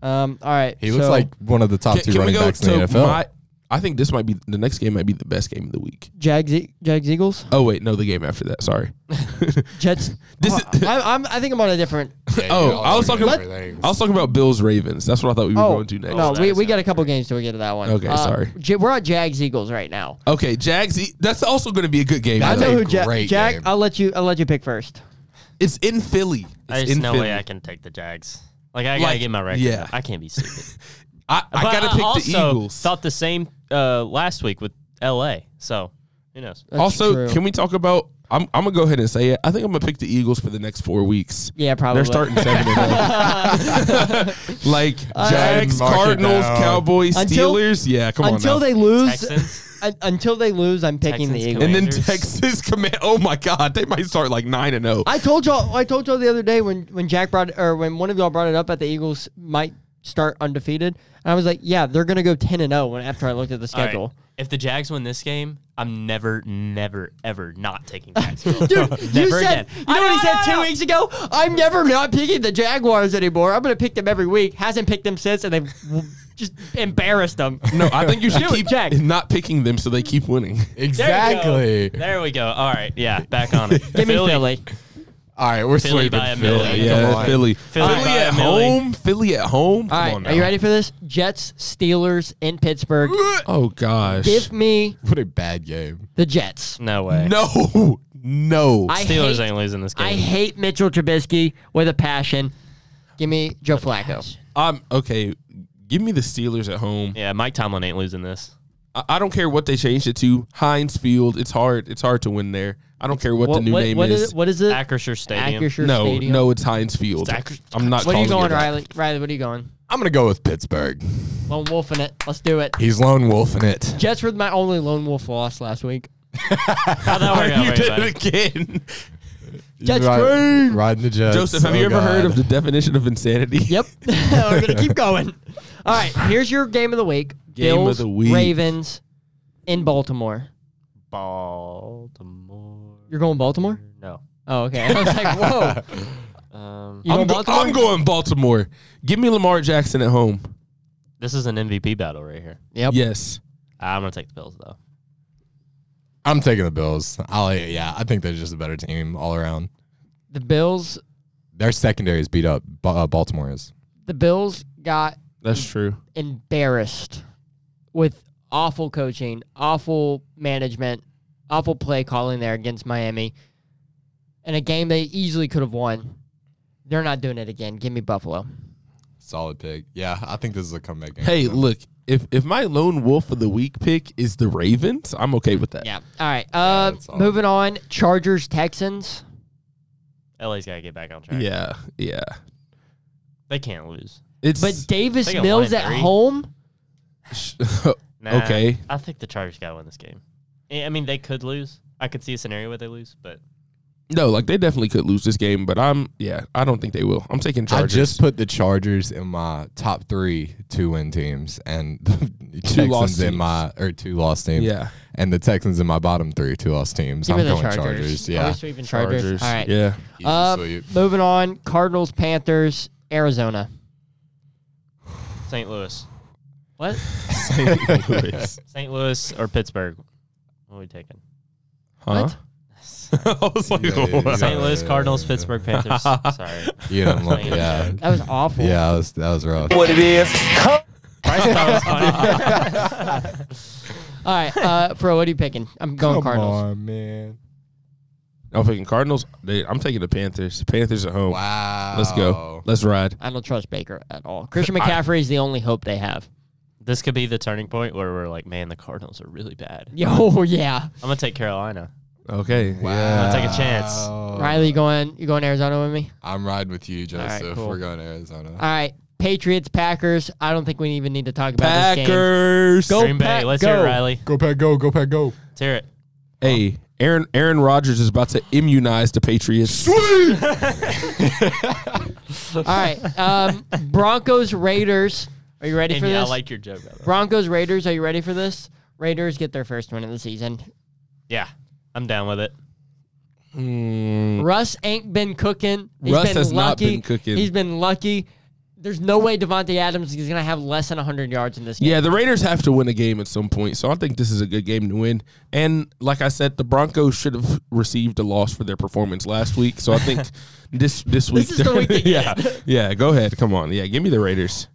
Speaker 1: Um. All right.
Speaker 3: He looks
Speaker 1: so-
Speaker 3: like one of the top
Speaker 4: Can,
Speaker 3: two
Speaker 4: can we
Speaker 3: running
Speaker 4: go
Speaker 3: backs in the
Speaker 4: to
Speaker 3: NFL.
Speaker 4: my? I think this might be the next game. Might be the best game of the week.
Speaker 1: Jags, E-, Jags, Eagles,
Speaker 4: Oh wait, no, the game after that. Sorry.
Speaker 1: Jets.
Speaker 4: This is-
Speaker 1: I, I'm, I think I'm on a different.
Speaker 4: oh, I was talking.
Speaker 1: Let-
Speaker 4: I was talking about Bills Ravens. That's what I thought we were
Speaker 1: Oh
Speaker 4: going to next.
Speaker 1: no,
Speaker 2: that
Speaker 1: we,
Speaker 2: is
Speaker 1: we got a couple games till we get to that one. Uh,
Speaker 4: Okay, sorry.
Speaker 1: J- we're on Jags, Eagles right now.
Speaker 4: Okay, Jags. e- That's also going to be a good game.
Speaker 1: I
Speaker 4: I
Speaker 1: know
Speaker 4: think.
Speaker 1: who Jack.
Speaker 3: great
Speaker 1: Jack,
Speaker 3: game.
Speaker 1: I'll let you. I'll let you pick first.
Speaker 4: It's in Philly. It's
Speaker 2: There's
Speaker 4: in
Speaker 2: no
Speaker 4: Philly.
Speaker 2: way I can take the Jags. Like I gotta
Speaker 4: Like,
Speaker 2: get my record.
Speaker 4: yeah.
Speaker 2: I can't be stupid.
Speaker 4: I, I
Speaker 2: But
Speaker 4: gotta pick
Speaker 2: also
Speaker 4: the Eagles.
Speaker 2: Thought the same uh, last week with L.A. So who knows?
Speaker 1: That's
Speaker 4: also,
Speaker 1: true.
Speaker 4: can we talk about? I'm, I'm gonna go ahead and say it. I think I'm gonna pick the Eagles for the next four weeks.
Speaker 1: yeah, probably.
Speaker 4: They're starting seven and eight. like Jags,
Speaker 3: mark it
Speaker 4: Uh, Cardinals,
Speaker 3: down.
Speaker 4: Cowboys,
Speaker 1: Until-
Speaker 4: Steelers. Yeah, come
Speaker 1: until
Speaker 4: on. now.
Speaker 1: they lose.
Speaker 2: Texans.
Speaker 1: un- until they lose, I'm picking
Speaker 2: Texans
Speaker 1: the
Speaker 2: can
Speaker 1: Eagles.
Speaker 2: win.
Speaker 4: and then
Speaker 2: Rangers.
Speaker 4: Texas command. Oh my God, they might start like nine and oh. zero.
Speaker 1: I told y'all. I told y'all the other day when when Jack brought or when one of y'all brought it up that the Eagles might start undefeated, and I was like, yeah, they're gonna go ten and zero. When after I looked at the
Speaker 2: All right.
Speaker 1: schedule,
Speaker 2: If the Jags win this game, I'm never, never, ever not taking Jacksonville.
Speaker 1: dude, you
Speaker 2: Never
Speaker 1: said
Speaker 2: again.
Speaker 1: you know what he said two weeks ago. I'm never not picking the Jaguars anymore. I'm gonna pick them every week. Hasn't picked them since, and they've just embarrassed them.
Speaker 4: No, I think you should
Speaker 1: Do it,
Speaker 4: keep
Speaker 1: Jack.
Speaker 4: not picking them so they keep winning.
Speaker 3: Exactly.
Speaker 2: There we go. All right. Yeah. Back on it.
Speaker 1: Give me Philly.
Speaker 3: All right, we're
Speaker 2: Philly
Speaker 3: sweeping
Speaker 2: by a
Speaker 3: Philly.
Speaker 2: million.
Speaker 3: Come
Speaker 4: Yeah,
Speaker 3: on.
Speaker 4: Philly. Philly,
Speaker 2: Philly by
Speaker 4: at
Speaker 2: a million.
Speaker 4: home. Philly at home.
Speaker 1: All
Speaker 4: Come
Speaker 1: right,
Speaker 4: on
Speaker 1: are you
Speaker 4: now.
Speaker 1: ready for this? Jets, Steelers in Pittsburgh.
Speaker 4: Oh gosh.
Speaker 1: Give me
Speaker 3: What a bad game.
Speaker 1: the Jets.
Speaker 2: No way.
Speaker 4: no, no.
Speaker 1: I
Speaker 2: Steelers
Speaker 1: hate,
Speaker 2: ain't losing this game.
Speaker 1: I hate Mitchell Trubisky with a passion. Give me Joe Flacco.
Speaker 4: I'm okay. Give me the Steelers at home.
Speaker 2: yeah. Mike Tomlin ain't losing this.
Speaker 4: I, I don't care what they changed it to. Heinz Field. It's hard. It's hard to win there. I don't care what, the new name
Speaker 1: what
Speaker 4: is.
Speaker 1: it? What is it?
Speaker 2: Acrisure Stadium.
Speaker 1: Acrisure
Speaker 4: no,
Speaker 1: Stadium.
Speaker 4: no, it's Heinz Field.
Speaker 2: It's Acrisure-
Speaker 4: I'm not.
Speaker 1: What are you
Speaker 4: calling
Speaker 1: going,
Speaker 4: it that.
Speaker 1: Riley? Riley, what are you going?
Speaker 3: I'm gonna go with Pittsburgh.
Speaker 1: Lone wolf in it. Let's do it.
Speaker 3: He's lone wolfing it.
Speaker 1: Jets were my only lone wolf loss last week.
Speaker 2: How'd that work out
Speaker 4: You
Speaker 2: for
Speaker 4: did
Speaker 2: everybody?
Speaker 4: it again.
Speaker 1: Jets
Speaker 3: Ri- riding the Jets.
Speaker 4: Joseph, have
Speaker 3: Oh,
Speaker 4: you ever heard
Speaker 3: God.
Speaker 4: of the definition of insanity?
Speaker 1: Yep. We're gonna keep going. All right. Here's your game of the week.
Speaker 4: Game of
Speaker 1: Bills,
Speaker 4: the week.
Speaker 1: Ravens in Baltimore.
Speaker 2: Baltimore.
Speaker 1: You're going Baltimore?
Speaker 2: No.
Speaker 1: Oh, okay. I was like, whoa.
Speaker 2: Um,
Speaker 1: You
Speaker 4: I'm,
Speaker 1: going
Speaker 4: go-
Speaker 1: Baltimore?
Speaker 4: I'm going Baltimore. Give me Lamar Jackson at home.
Speaker 2: this is an MVP battle right here.
Speaker 1: Yep.
Speaker 4: Yes.
Speaker 2: I'm gonna take the Bills though.
Speaker 3: I'm taking the Bills. I'll, yeah, I think they're just a better team all around.
Speaker 1: The Bills.
Speaker 3: Their secondary is beat up. Ba- uh, Baltimore is.
Speaker 1: The Bills got
Speaker 4: That's true.
Speaker 1: embarrassed with awful coaching, awful management, awful play calling there against Miami, and a game they easily could have won. They're not doing it again. Give me Buffalo.
Speaker 3: Solid pick. Yeah, I think this is a comeback game.
Speaker 4: Hey, look, if if my lone wolf of the week pick is the Ravens, I'm okay with that.
Speaker 1: Yeah. All right. Uh,
Speaker 3: that's all.
Speaker 1: moving on. Chargers Texans.
Speaker 2: LA's gotta get back on track.
Speaker 4: Yeah. Yeah.
Speaker 2: They can't lose.
Speaker 4: It's
Speaker 1: But Davis
Speaker 2: They got
Speaker 1: Mills
Speaker 2: line
Speaker 1: at
Speaker 2: three.
Speaker 1: home.
Speaker 2: Nah,
Speaker 4: Okay.
Speaker 2: I think the Chargers gotta win this game. I I mean, they could lose. I could see a scenario where they lose, but
Speaker 4: no, like they definitely could lose this game, but I'm yeah, I don't think they will. I'm taking
Speaker 3: I
Speaker 4: Chargers.
Speaker 3: just put the Chargers in my top three two win teams and the
Speaker 4: Two lost
Speaker 3: Texans in
Speaker 4: teams.
Speaker 3: my or two loss teams.
Speaker 4: yeah.
Speaker 3: And the Texans in my bottom three two loss teams.
Speaker 1: Give me
Speaker 3: I'm
Speaker 1: the
Speaker 3: going
Speaker 1: Chargers. Are
Speaker 3: Chargers.
Speaker 1: we
Speaker 3: Yeah.
Speaker 1: sweeping Chargers? All right.
Speaker 4: Yeah.
Speaker 3: Easy
Speaker 1: Uh,
Speaker 3: sweep.
Speaker 1: moving on. Cardinals Panthers Arizona.
Speaker 2: St. Louis,
Speaker 1: What?
Speaker 4: St. Louis.
Speaker 2: St. Louis or Pittsburgh, what are we taking?
Speaker 4: Huh? I was like,
Speaker 3: Yeah, yeah,
Speaker 4: what?
Speaker 3: yeah.
Speaker 2: St. Louis Cardinals, Pittsburgh Panthers. Sorry,
Speaker 3: You don't look- yeah.
Speaker 1: That was awful.
Speaker 3: Yeah, that was, that was rough.
Speaker 5: What it is. Come
Speaker 2: Bryce thought it was funny.
Speaker 1: All right. Uh, Fro, what are you picking? I'm going Cardinals.
Speaker 3: on, man.
Speaker 4: I'm picking Cardinals. They- I'm taking the Panthers. Panthers at home.
Speaker 3: Wow.
Speaker 4: Let's go. Let's ride.
Speaker 1: I don't trust Baker at all. Christian McCaffrey is the only hope they have.
Speaker 2: This could be the turning point where we're like, man, the Cardinals are really bad.
Speaker 1: Yo, oh, yeah.
Speaker 2: I'm gonna take Carolina.
Speaker 4: Okay.
Speaker 3: Wow.
Speaker 2: take a chance.
Speaker 3: Oh.
Speaker 1: Riley, you going? You going Arizona with me?
Speaker 3: I'm riding with you,
Speaker 1: right,
Speaker 3: Joseph.
Speaker 1: cool.
Speaker 3: We're going to Arizona.
Speaker 1: All right. Patriots, Packers. I don't think we even need to talk about this game.
Speaker 4: Packers.
Speaker 1: Go
Speaker 2: Green Bay.
Speaker 1: Pack,
Speaker 2: Let's
Speaker 1: go.
Speaker 2: hear it, Riley.
Speaker 3: Go pack, go, go pack, go.
Speaker 2: Let's hear it.
Speaker 4: Hey, Aaron Aaron Rodgers is about to immunize the Patriots.
Speaker 1: All right. Um, Broncos, Raiders. Are you ready
Speaker 2: And
Speaker 1: for
Speaker 2: yeah, I
Speaker 1: this?
Speaker 2: like your joke. by the way.
Speaker 1: Broncos Raiders. Are you ready for this? Raiders get their first win of the season.
Speaker 2: Yeah, I'm down with it.
Speaker 1: Russ ain't been cooking. He's
Speaker 4: Mm. Russ
Speaker 1: been
Speaker 4: has
Speaker 1: lucky.
Speaker 4: not been cooking.
Speaker 1: He's been lucky. There's no way Devontae Adams is going to have less than 100 yards in this game.
Speaker 4: Yeah, the Raiders have to win a game at some point, so I think this is a good game to win. And like I said, the Broncos should have received a loss for their performance last week, so I think this this week.
Speaker 1: is the week to get
Speaker 4: yeah, yeah. Go ahead, come on, yeah. Give me the Raiders.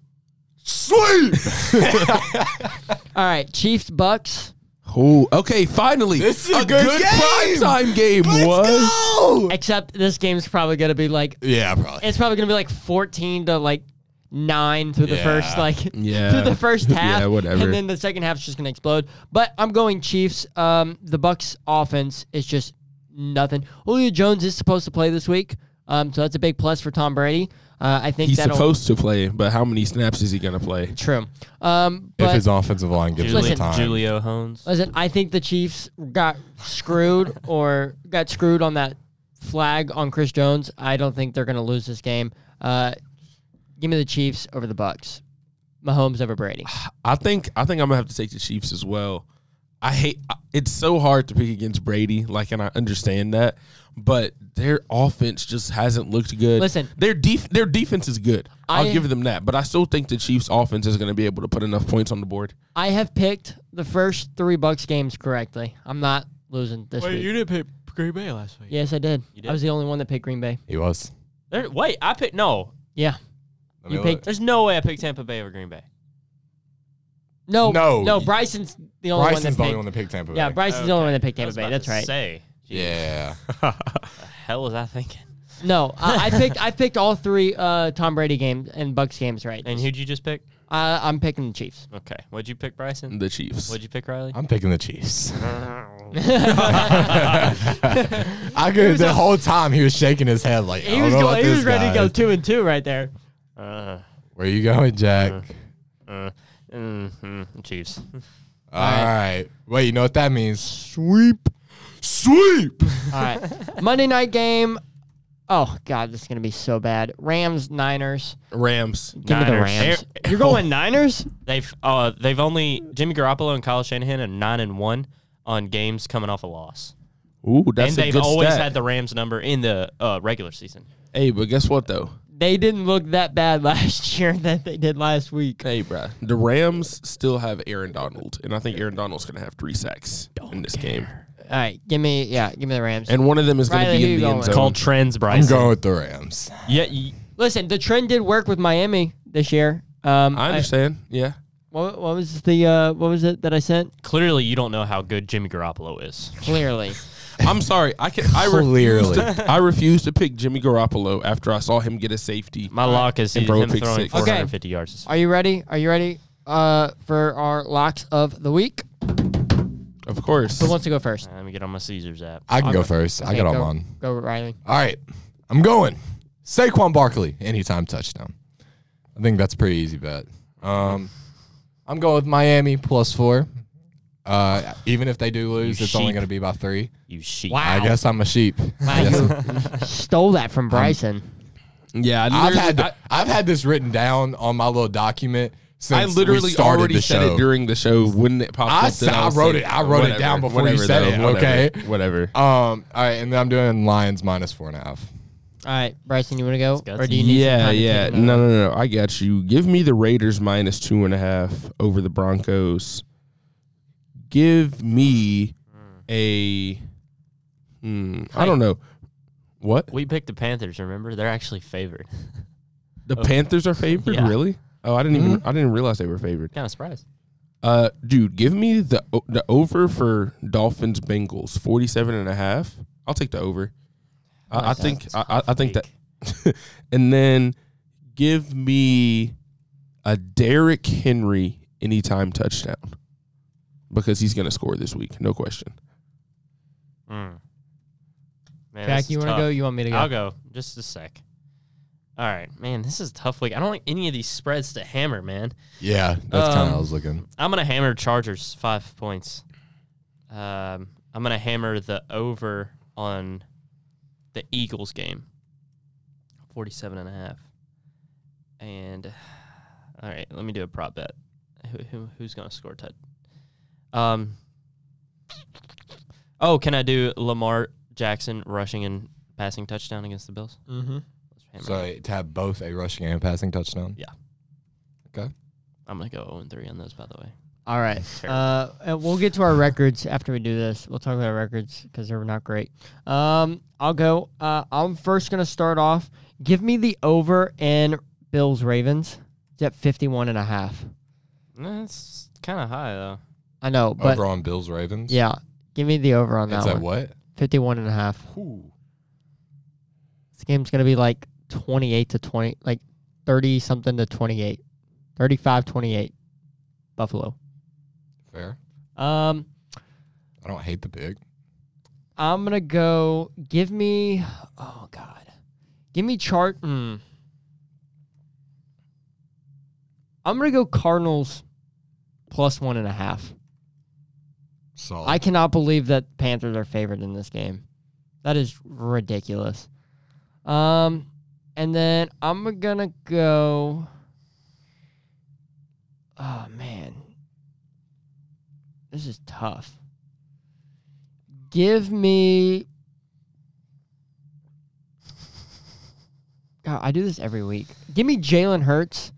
Speaker 1: All right, Chiefs Bucks.
Speaker 4: Oh, okay. Finally,
Speaker 3: This is
Speaker 4: a
Speaker 3: a good game.
Speaker 4: prime time game was.
Speaker 1: Except this game's probably going to be like
Speaker 3: Yeah, probably.
Speaker 1: it's probably going to be like 14 to like 9 through the
Speaker 3: Yeah.
Speaker 1: first like
Speaker 4: Yeah.
Speaker 1: through the first
Speaker 4: Yeah,
Speaker 1: half
Speaker 4: whatever.
Speaker 1: and then the second half's just going to explode. But I'm going Chiefs. Um the Bucks offense is just nothing. Julio Jones is supposed to play this week. Um so that's a big plus for Tom Brady. Uh, I think
Speaker 4: He's
Speaker 1: that'll
Speaker 4: supposed to play, but how many snaps is he gonna play?
Speaker 1: True. Um,
Speaker 3: If
Speaker 1: but
Speaker 3: his offensive line gives him
Speaker 2: Julio,
Speaker 1: Listen,
Speaker 3: time,
Speaker 2: Julio Hones.
Speaker 1: listen, I think the Chiefs got screwed or got screwed on that flag on Chris Jones. I don't think they're going to lose this game. Uh, give me the Chiefs over the Bucks. Mahomes over Brady.
Speaker 4: I think I think I'm gonna have to take the Chiefs as well. I hate I- it's so hard to pick against Brady, like, and I understand that, but their offense just hasn't looked good.
Speaker 1: Listen.
Speaker 4: their def- their defense is good. I'll
Speaker 1: I-
Speaker 4: give them that, but I still think the Chiefs' offense is gonna be able to put enough points on the board.
Speaker 1: I have picked the first three Bucks games correctly. I'm not losing this week.
Speaker 2: didn't pick Green Bay last week.
Speaker 1: yes, I did.
Speaker 2: did?
Speaker 1: I was the only one that picked Green Bay.
Speaker 3: he was.
Speaker 2: There, wait, I picked no.
Speaker 1: Yeah.
Speaker 3: Let
Speaker 1: You
Speaker 3: me
Speaker 1: picked-
Speaker 3: look.
Speaker 2: There's no way I picked Tampa Bay over Green Bay.
Speaker 1: No.
Speaker 3: No.
Speaker 1: No. Brison's the only one
Speaker 3: Bryson's
Speaker 1: that
Speaker 3: the
Speaker 1: picked.
Speaker 3: only one that picked Tampa Bay.
Speaker 1: yeah, Bryson's the only one that picked
Speaker 2: I
Speaker 1: Tampa
Speaker 2: was
Speaker 1: Bay.
Speaker 2: about
Speaker 1: That's
Speaker 2: to
Speaker 1: right.
Speaker 2: Say,
Speaker 3: Yeah.
Speaker 2: hell was I thinking?
Speaker 1: No, I, I picked I picked all three uh, Tom Brady games and Bucks games right.
Speaker 2: And who'd you just pick?
Speaker 1: I, I'm picking the Chiefs.
Speaker 2: Okay, what'd you pick, Bryson?
Speaker 4: The Chiefs.
Speaker 2: What'd you pick, Riley?
Speaker 3: I'm picking the Chiefs. I could. The whole time he was shaking his head like I
Speaker 1: He
Speaker 3: don't
Speaker 1: was
Speaker 3: know
Speaker 1: going,
Speaker 3: about
Speaker 1: he was
Speaker 3: this
Speaker 1: ready to
Speaker 3: guy.
Speaker 1: go two and two right there.
Speaker 2: Uh,
Speaker 3: Where you going, Jack?
Speaker 1: Uh-huh.
Speaker 2: uh, mm, Chiefs.
Speaker 3: All right. Wait, you know what that means? Sweep. Sweep.
Speaker 1: All right, Monday night game. Oh God, this is gonna be so bad. Rams Niners.
Speaker 4: Rams.
Speaker 1: Give me the
Speaker 2: Niners.
Speaker 1: Rams. You're going Niners?
Speaker 2: They've uh they've only Jimmy Garoppolo and Kyle Shanahan are nine and one on games coming off a loss,
Speaker 4: Ooh, that's
Speaker 2: and
Speaker 4: a
Speaker 2: they've
Speaker 4: good
Speaker 2: always
Speaker 4: stat.
Speaker 2: had the Rams number in the uh, regular season.
Speaker 4: hey, but guess what though?
Speaker 1: They didn't look that bad last year that they did last week.
Speaker 4: Hey, bruh. The Rams still have Aaron Donald, and I think Aaron Donald's gonna have three sacks in this game,
Speaker 1: All right, give me yeah, give me the Rams.
Speaker 4: and one of them is gonna
Speaker 1: Riley, who
Speaker 4: be
Speaker 1: you
Speaker 4: in the
Speaker 1: going
Speaker 4: end
Speaker 1: with?
Speaker 4: zone.
Speaker 2: Called trends,
Speaker 3: I'm
Speaker 2: Bryson.
Speaker 3: going with the Rams.
Speaker 2: Yeah, y-
Speaker 1: Listen, the trend did work with Miami this year. Um,
Speaker 4: I understand. yeah.
Speaker 1: what, what was the uh, what was it that I sent?
Speaker 2: clearly you don't know how good Jimmy Garoppolo is.
Speaker 1: Clearly.
Speaker 4: I'm sorry. I can. I refuse.
Speaker 3: Clearly.
Speaker 4: To, I refuse to pick Jimmy Garoppolo after I saw him get a safety.
Speaker 2: My lock is
Speaker 4: And
Speaker 2: him
Speaker 4: bro
Speaker 2: throwing
Speaker 4: picked six.
Speaker 2: 450 yards. this-
Speaker 1: Are you ready? Are you ready uh, for our locks of the week?
Speaker 4: Of course.
Speaker 1: Who wants to go first?
Speaker 2: Let me get on my Caesars app.
Speaker 3: I can go first. I
Speaker 1: Okay,
Speaker 3: got
Speaker 1: go,
Speaker 3: them on.
Speaker 1: Go, Riley.
Speaker 3: All right. I'm going. Saquon Barkley, anytime touchdown. I think that's a pretty easy bet. Um, I'm going with Miami plus four. Uh, even if they do lose,
Speaker 2: You
Speaker 3: it's only
Speaker 2: sheep.
Speaker 3: going to be by three.
Speaker 2: You sheep.
Speaker 3: I guess I'm a sheep. I guess-
Speaker 1: you stole that from Bryson.
Speaker 4: Yeah, I
Speaker 3: I've
Speaker 4: literally,
Speaker 3: had
Speaker 4: I,
Speaker 3: I've had this written down on my little document since
Speaker 4: I literally
Speaker 3: we started
Speaker 4: already
Speaker 3: the
Speaker 4: said
Speaker 3: show.
Speaker 4: it during the show when it popped
Speaker 3: I
Speaker 4: up. that
Speaker 3: said- I
Speaker 4: was
Speaker 3: wrote
Speaker 4: like,
Speaker 3: it- I wrote it
Speaker 4: whatever,
Speaker 3: down before you
Speaker 4: whatever,
Speaker 3: said it,
Speaker 4: though, whatever,
Speaker 3: okay?
Speaker 4: Whatever.
Speaker 3: um, all right, and then I'm doing Lions minus four and a half.
Speaker 1: All right, Bryson, you want to go,
Speaker 2: go.
Speaker 1: or do you need? some
Speaker 4: Yeah,
Speaker 1: time to
Speaker 4: yeah.
Speaker 1: think
Speaker 4: No,
Speaker 1: about it?
Speaker 4: no, no, no. I got you. Give me the Raiders minus two and a half over the Broncos. Give me a. Hmm, I don't know. What?
Speaker 2: We picked the Panthers. Remember, they're actually favored.
Speaker 4: The
Speaker 1: Oh.
Speaker 4: Panthers are favored,
Speaker 2: Yeah.
Speaker 4: really? Oh, I didn't
Speaker 1: Mm-hmm.
Speaker 4: even I didn't realize they were favored.
Speaker 2: kind of surprised.
Speaker 4: Uh dude, give me the o- the over for Dolphins Bengals, 47 and a half. I'll take the over. I, I think I, I- I think that and then give me a Derrick Henry anytime touchdown. Because he's gonna score this week, no question.
Speaker 2: Mm. Man, this
Speaker 1: Jack,
Speaker 2: is
Speaker 1: you want to
Speaker 2: tough.
Speaker 1: go? You want me to go?
Speaker 2: I'll go. Just a sec. All right, man. This is a tough week. I don't like any of these spreads to hammer, man.
Speaker 3: Yeah, that's kind of
Speaker 2: Um,
Speaker 3: how I was looking.
Speaker 2: I'm gonna hammer Chargers five points. Um, I'm gonna hammer the over on the Eagles game, 47 and a half. And All right, let me do a prop bet. Who, who who's gonna score, Ted? Um. Oh, can I do Lamar Jackson rushing and passing touchdown against the Bills?
Speaker 1: Mm-hmm.
Speaker 2: Let's hammer
Speaker 3: So
Speaker 2: it.
Speaker 3: to have both a rushing and passing touchdown.
Speaker 2: Yeah.
Speaker 3: Okay.
Speaker 2: I'm gonna go 0 3 on those, by the way.
Speaker 1: All right. Uh, and we'll get to our records after we do this. We'll talk about our records because they're not great. Um, I'll go. Uh, I'm first going to start off. Give me the over and Bills Ravens. It's at 51 and a half.
Speaker 2: Nah, It's kind of high though.
Speaker 1: I know, but
Speaker 3: Over on Bills Ravens.
Speaker 1: yeah. Give me the over on that
Speaker 3: It's
Speaker 1: one.
Speaker 3: at what?
Speaker 1: 51 and a half. This game's going to be like 28 to 20, like 30 something to 28. 35 28. Buffalo.
Speaker 3: Fair.
Speaker 1: Um,
Speaker 3: I don't hate the pick.
Speaker 1: I'm gonna go. Give me. Oh God. Give me chart. Mm. I'm gonna go Cardinals plus one and a half.
Speaker 3: So
Speaker 1: I cannot believe that Panthers are favored in this game. That is ridiculous. Um, and then I'm gonna go. Oh man, this is tough. Give me. God, I do this every week. Give me Jalen Hurts.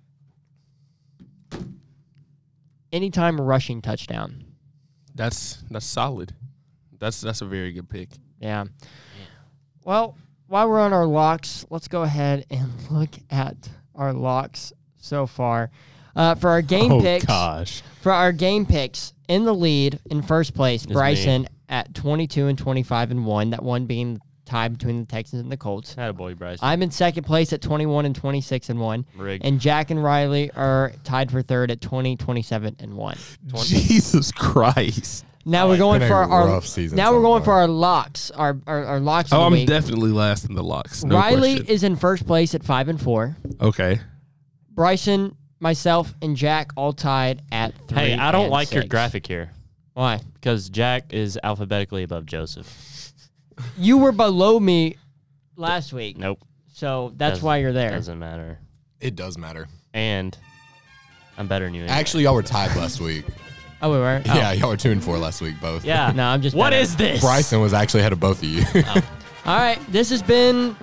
Speaker 1: Anytime rushing touchdown.
Speaker 4: That's that's solid. That's that's a very good pick.
Speaker 1: Yeah. Well, while we're on our locks, let's go ahead and look at our locks so far. Uh, for our game picks,
Speaker 4: Oh, gosh.
Speaker 1: for our game picks, in the lead in first place,
Speaker 2: me.
Speaker 1: Bryson at 22 and 25 and 1, that one being the tie between the Texans and the Colts.
Speaker 2: Had a boy, Bryce.
Speaker 1: I'm in second place at 21 and 26 and 1,
Speaker 2: Rigged.
Speaker 1: and Jack and Riley are tied for third at 20, 27 and 1.
Speaker 4: Jesus Christ.
Speaker 1: Now we're going
Speaker 3: been
Speaker 1: for
Speaker 3: a
Speaker 1: our
Speaker 3: rough season
Speaker 1: now
Speaker 3: so
Speaker 1: we're going for
Speaker 3: far.
Speaker 1: our locks, our our, our locks of
Speaker 4: Oh,
Speaker 1: the
Speaker 4: I'm
Speaker 1: week.
Speaker 4: definitely last in the locks. No
Speaker 1: Riley
Speaker 4: question.
Speaker 1: is in first place at five and four.
Speaker 4: okay.
Speaker 1: Bryson, myself, and Jack all tied at three.
Speaker 2: hey, I don't
Speaker 1: and
Speaker 2: like your
Speaker 1: six.
Speaker 2: graphic here
Speaker 1: Why?
Speaker 2: because Jack is alphabetically above Joseph.
Speaker 1: You were below me last week,
Speaker 2: Nope.
Speaker 1: so that's
Speaker 2: Doesn't-
Speaker 1: why you're there.
Speaker 2: Doesn't matter.
Speaker 3: it does matter.
Speaker 2: And I'm better than you. Anyway.
Speaker 3: Actually, y'all were tied last week.
Speaker 1: Oh, we were. Oh.
Speaker 3: Yeah, y'all were two and four last week both.
Speaker 2: yeah.
Speaker 1: No, I'm just
Speaker 2: What
Speaker 1: better.
Speaker 2: is this?
Speaker 3: Bryson was actually ahead of both of you.
Speaker 1: All right, this has been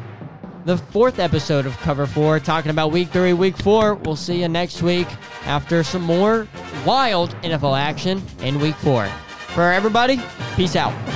Speaker 1: the fourth episode of Cover Four, talking about Week Three, Week Four. We'll see you next week after some more wild NFL action in Week Four. For everybody, peace out.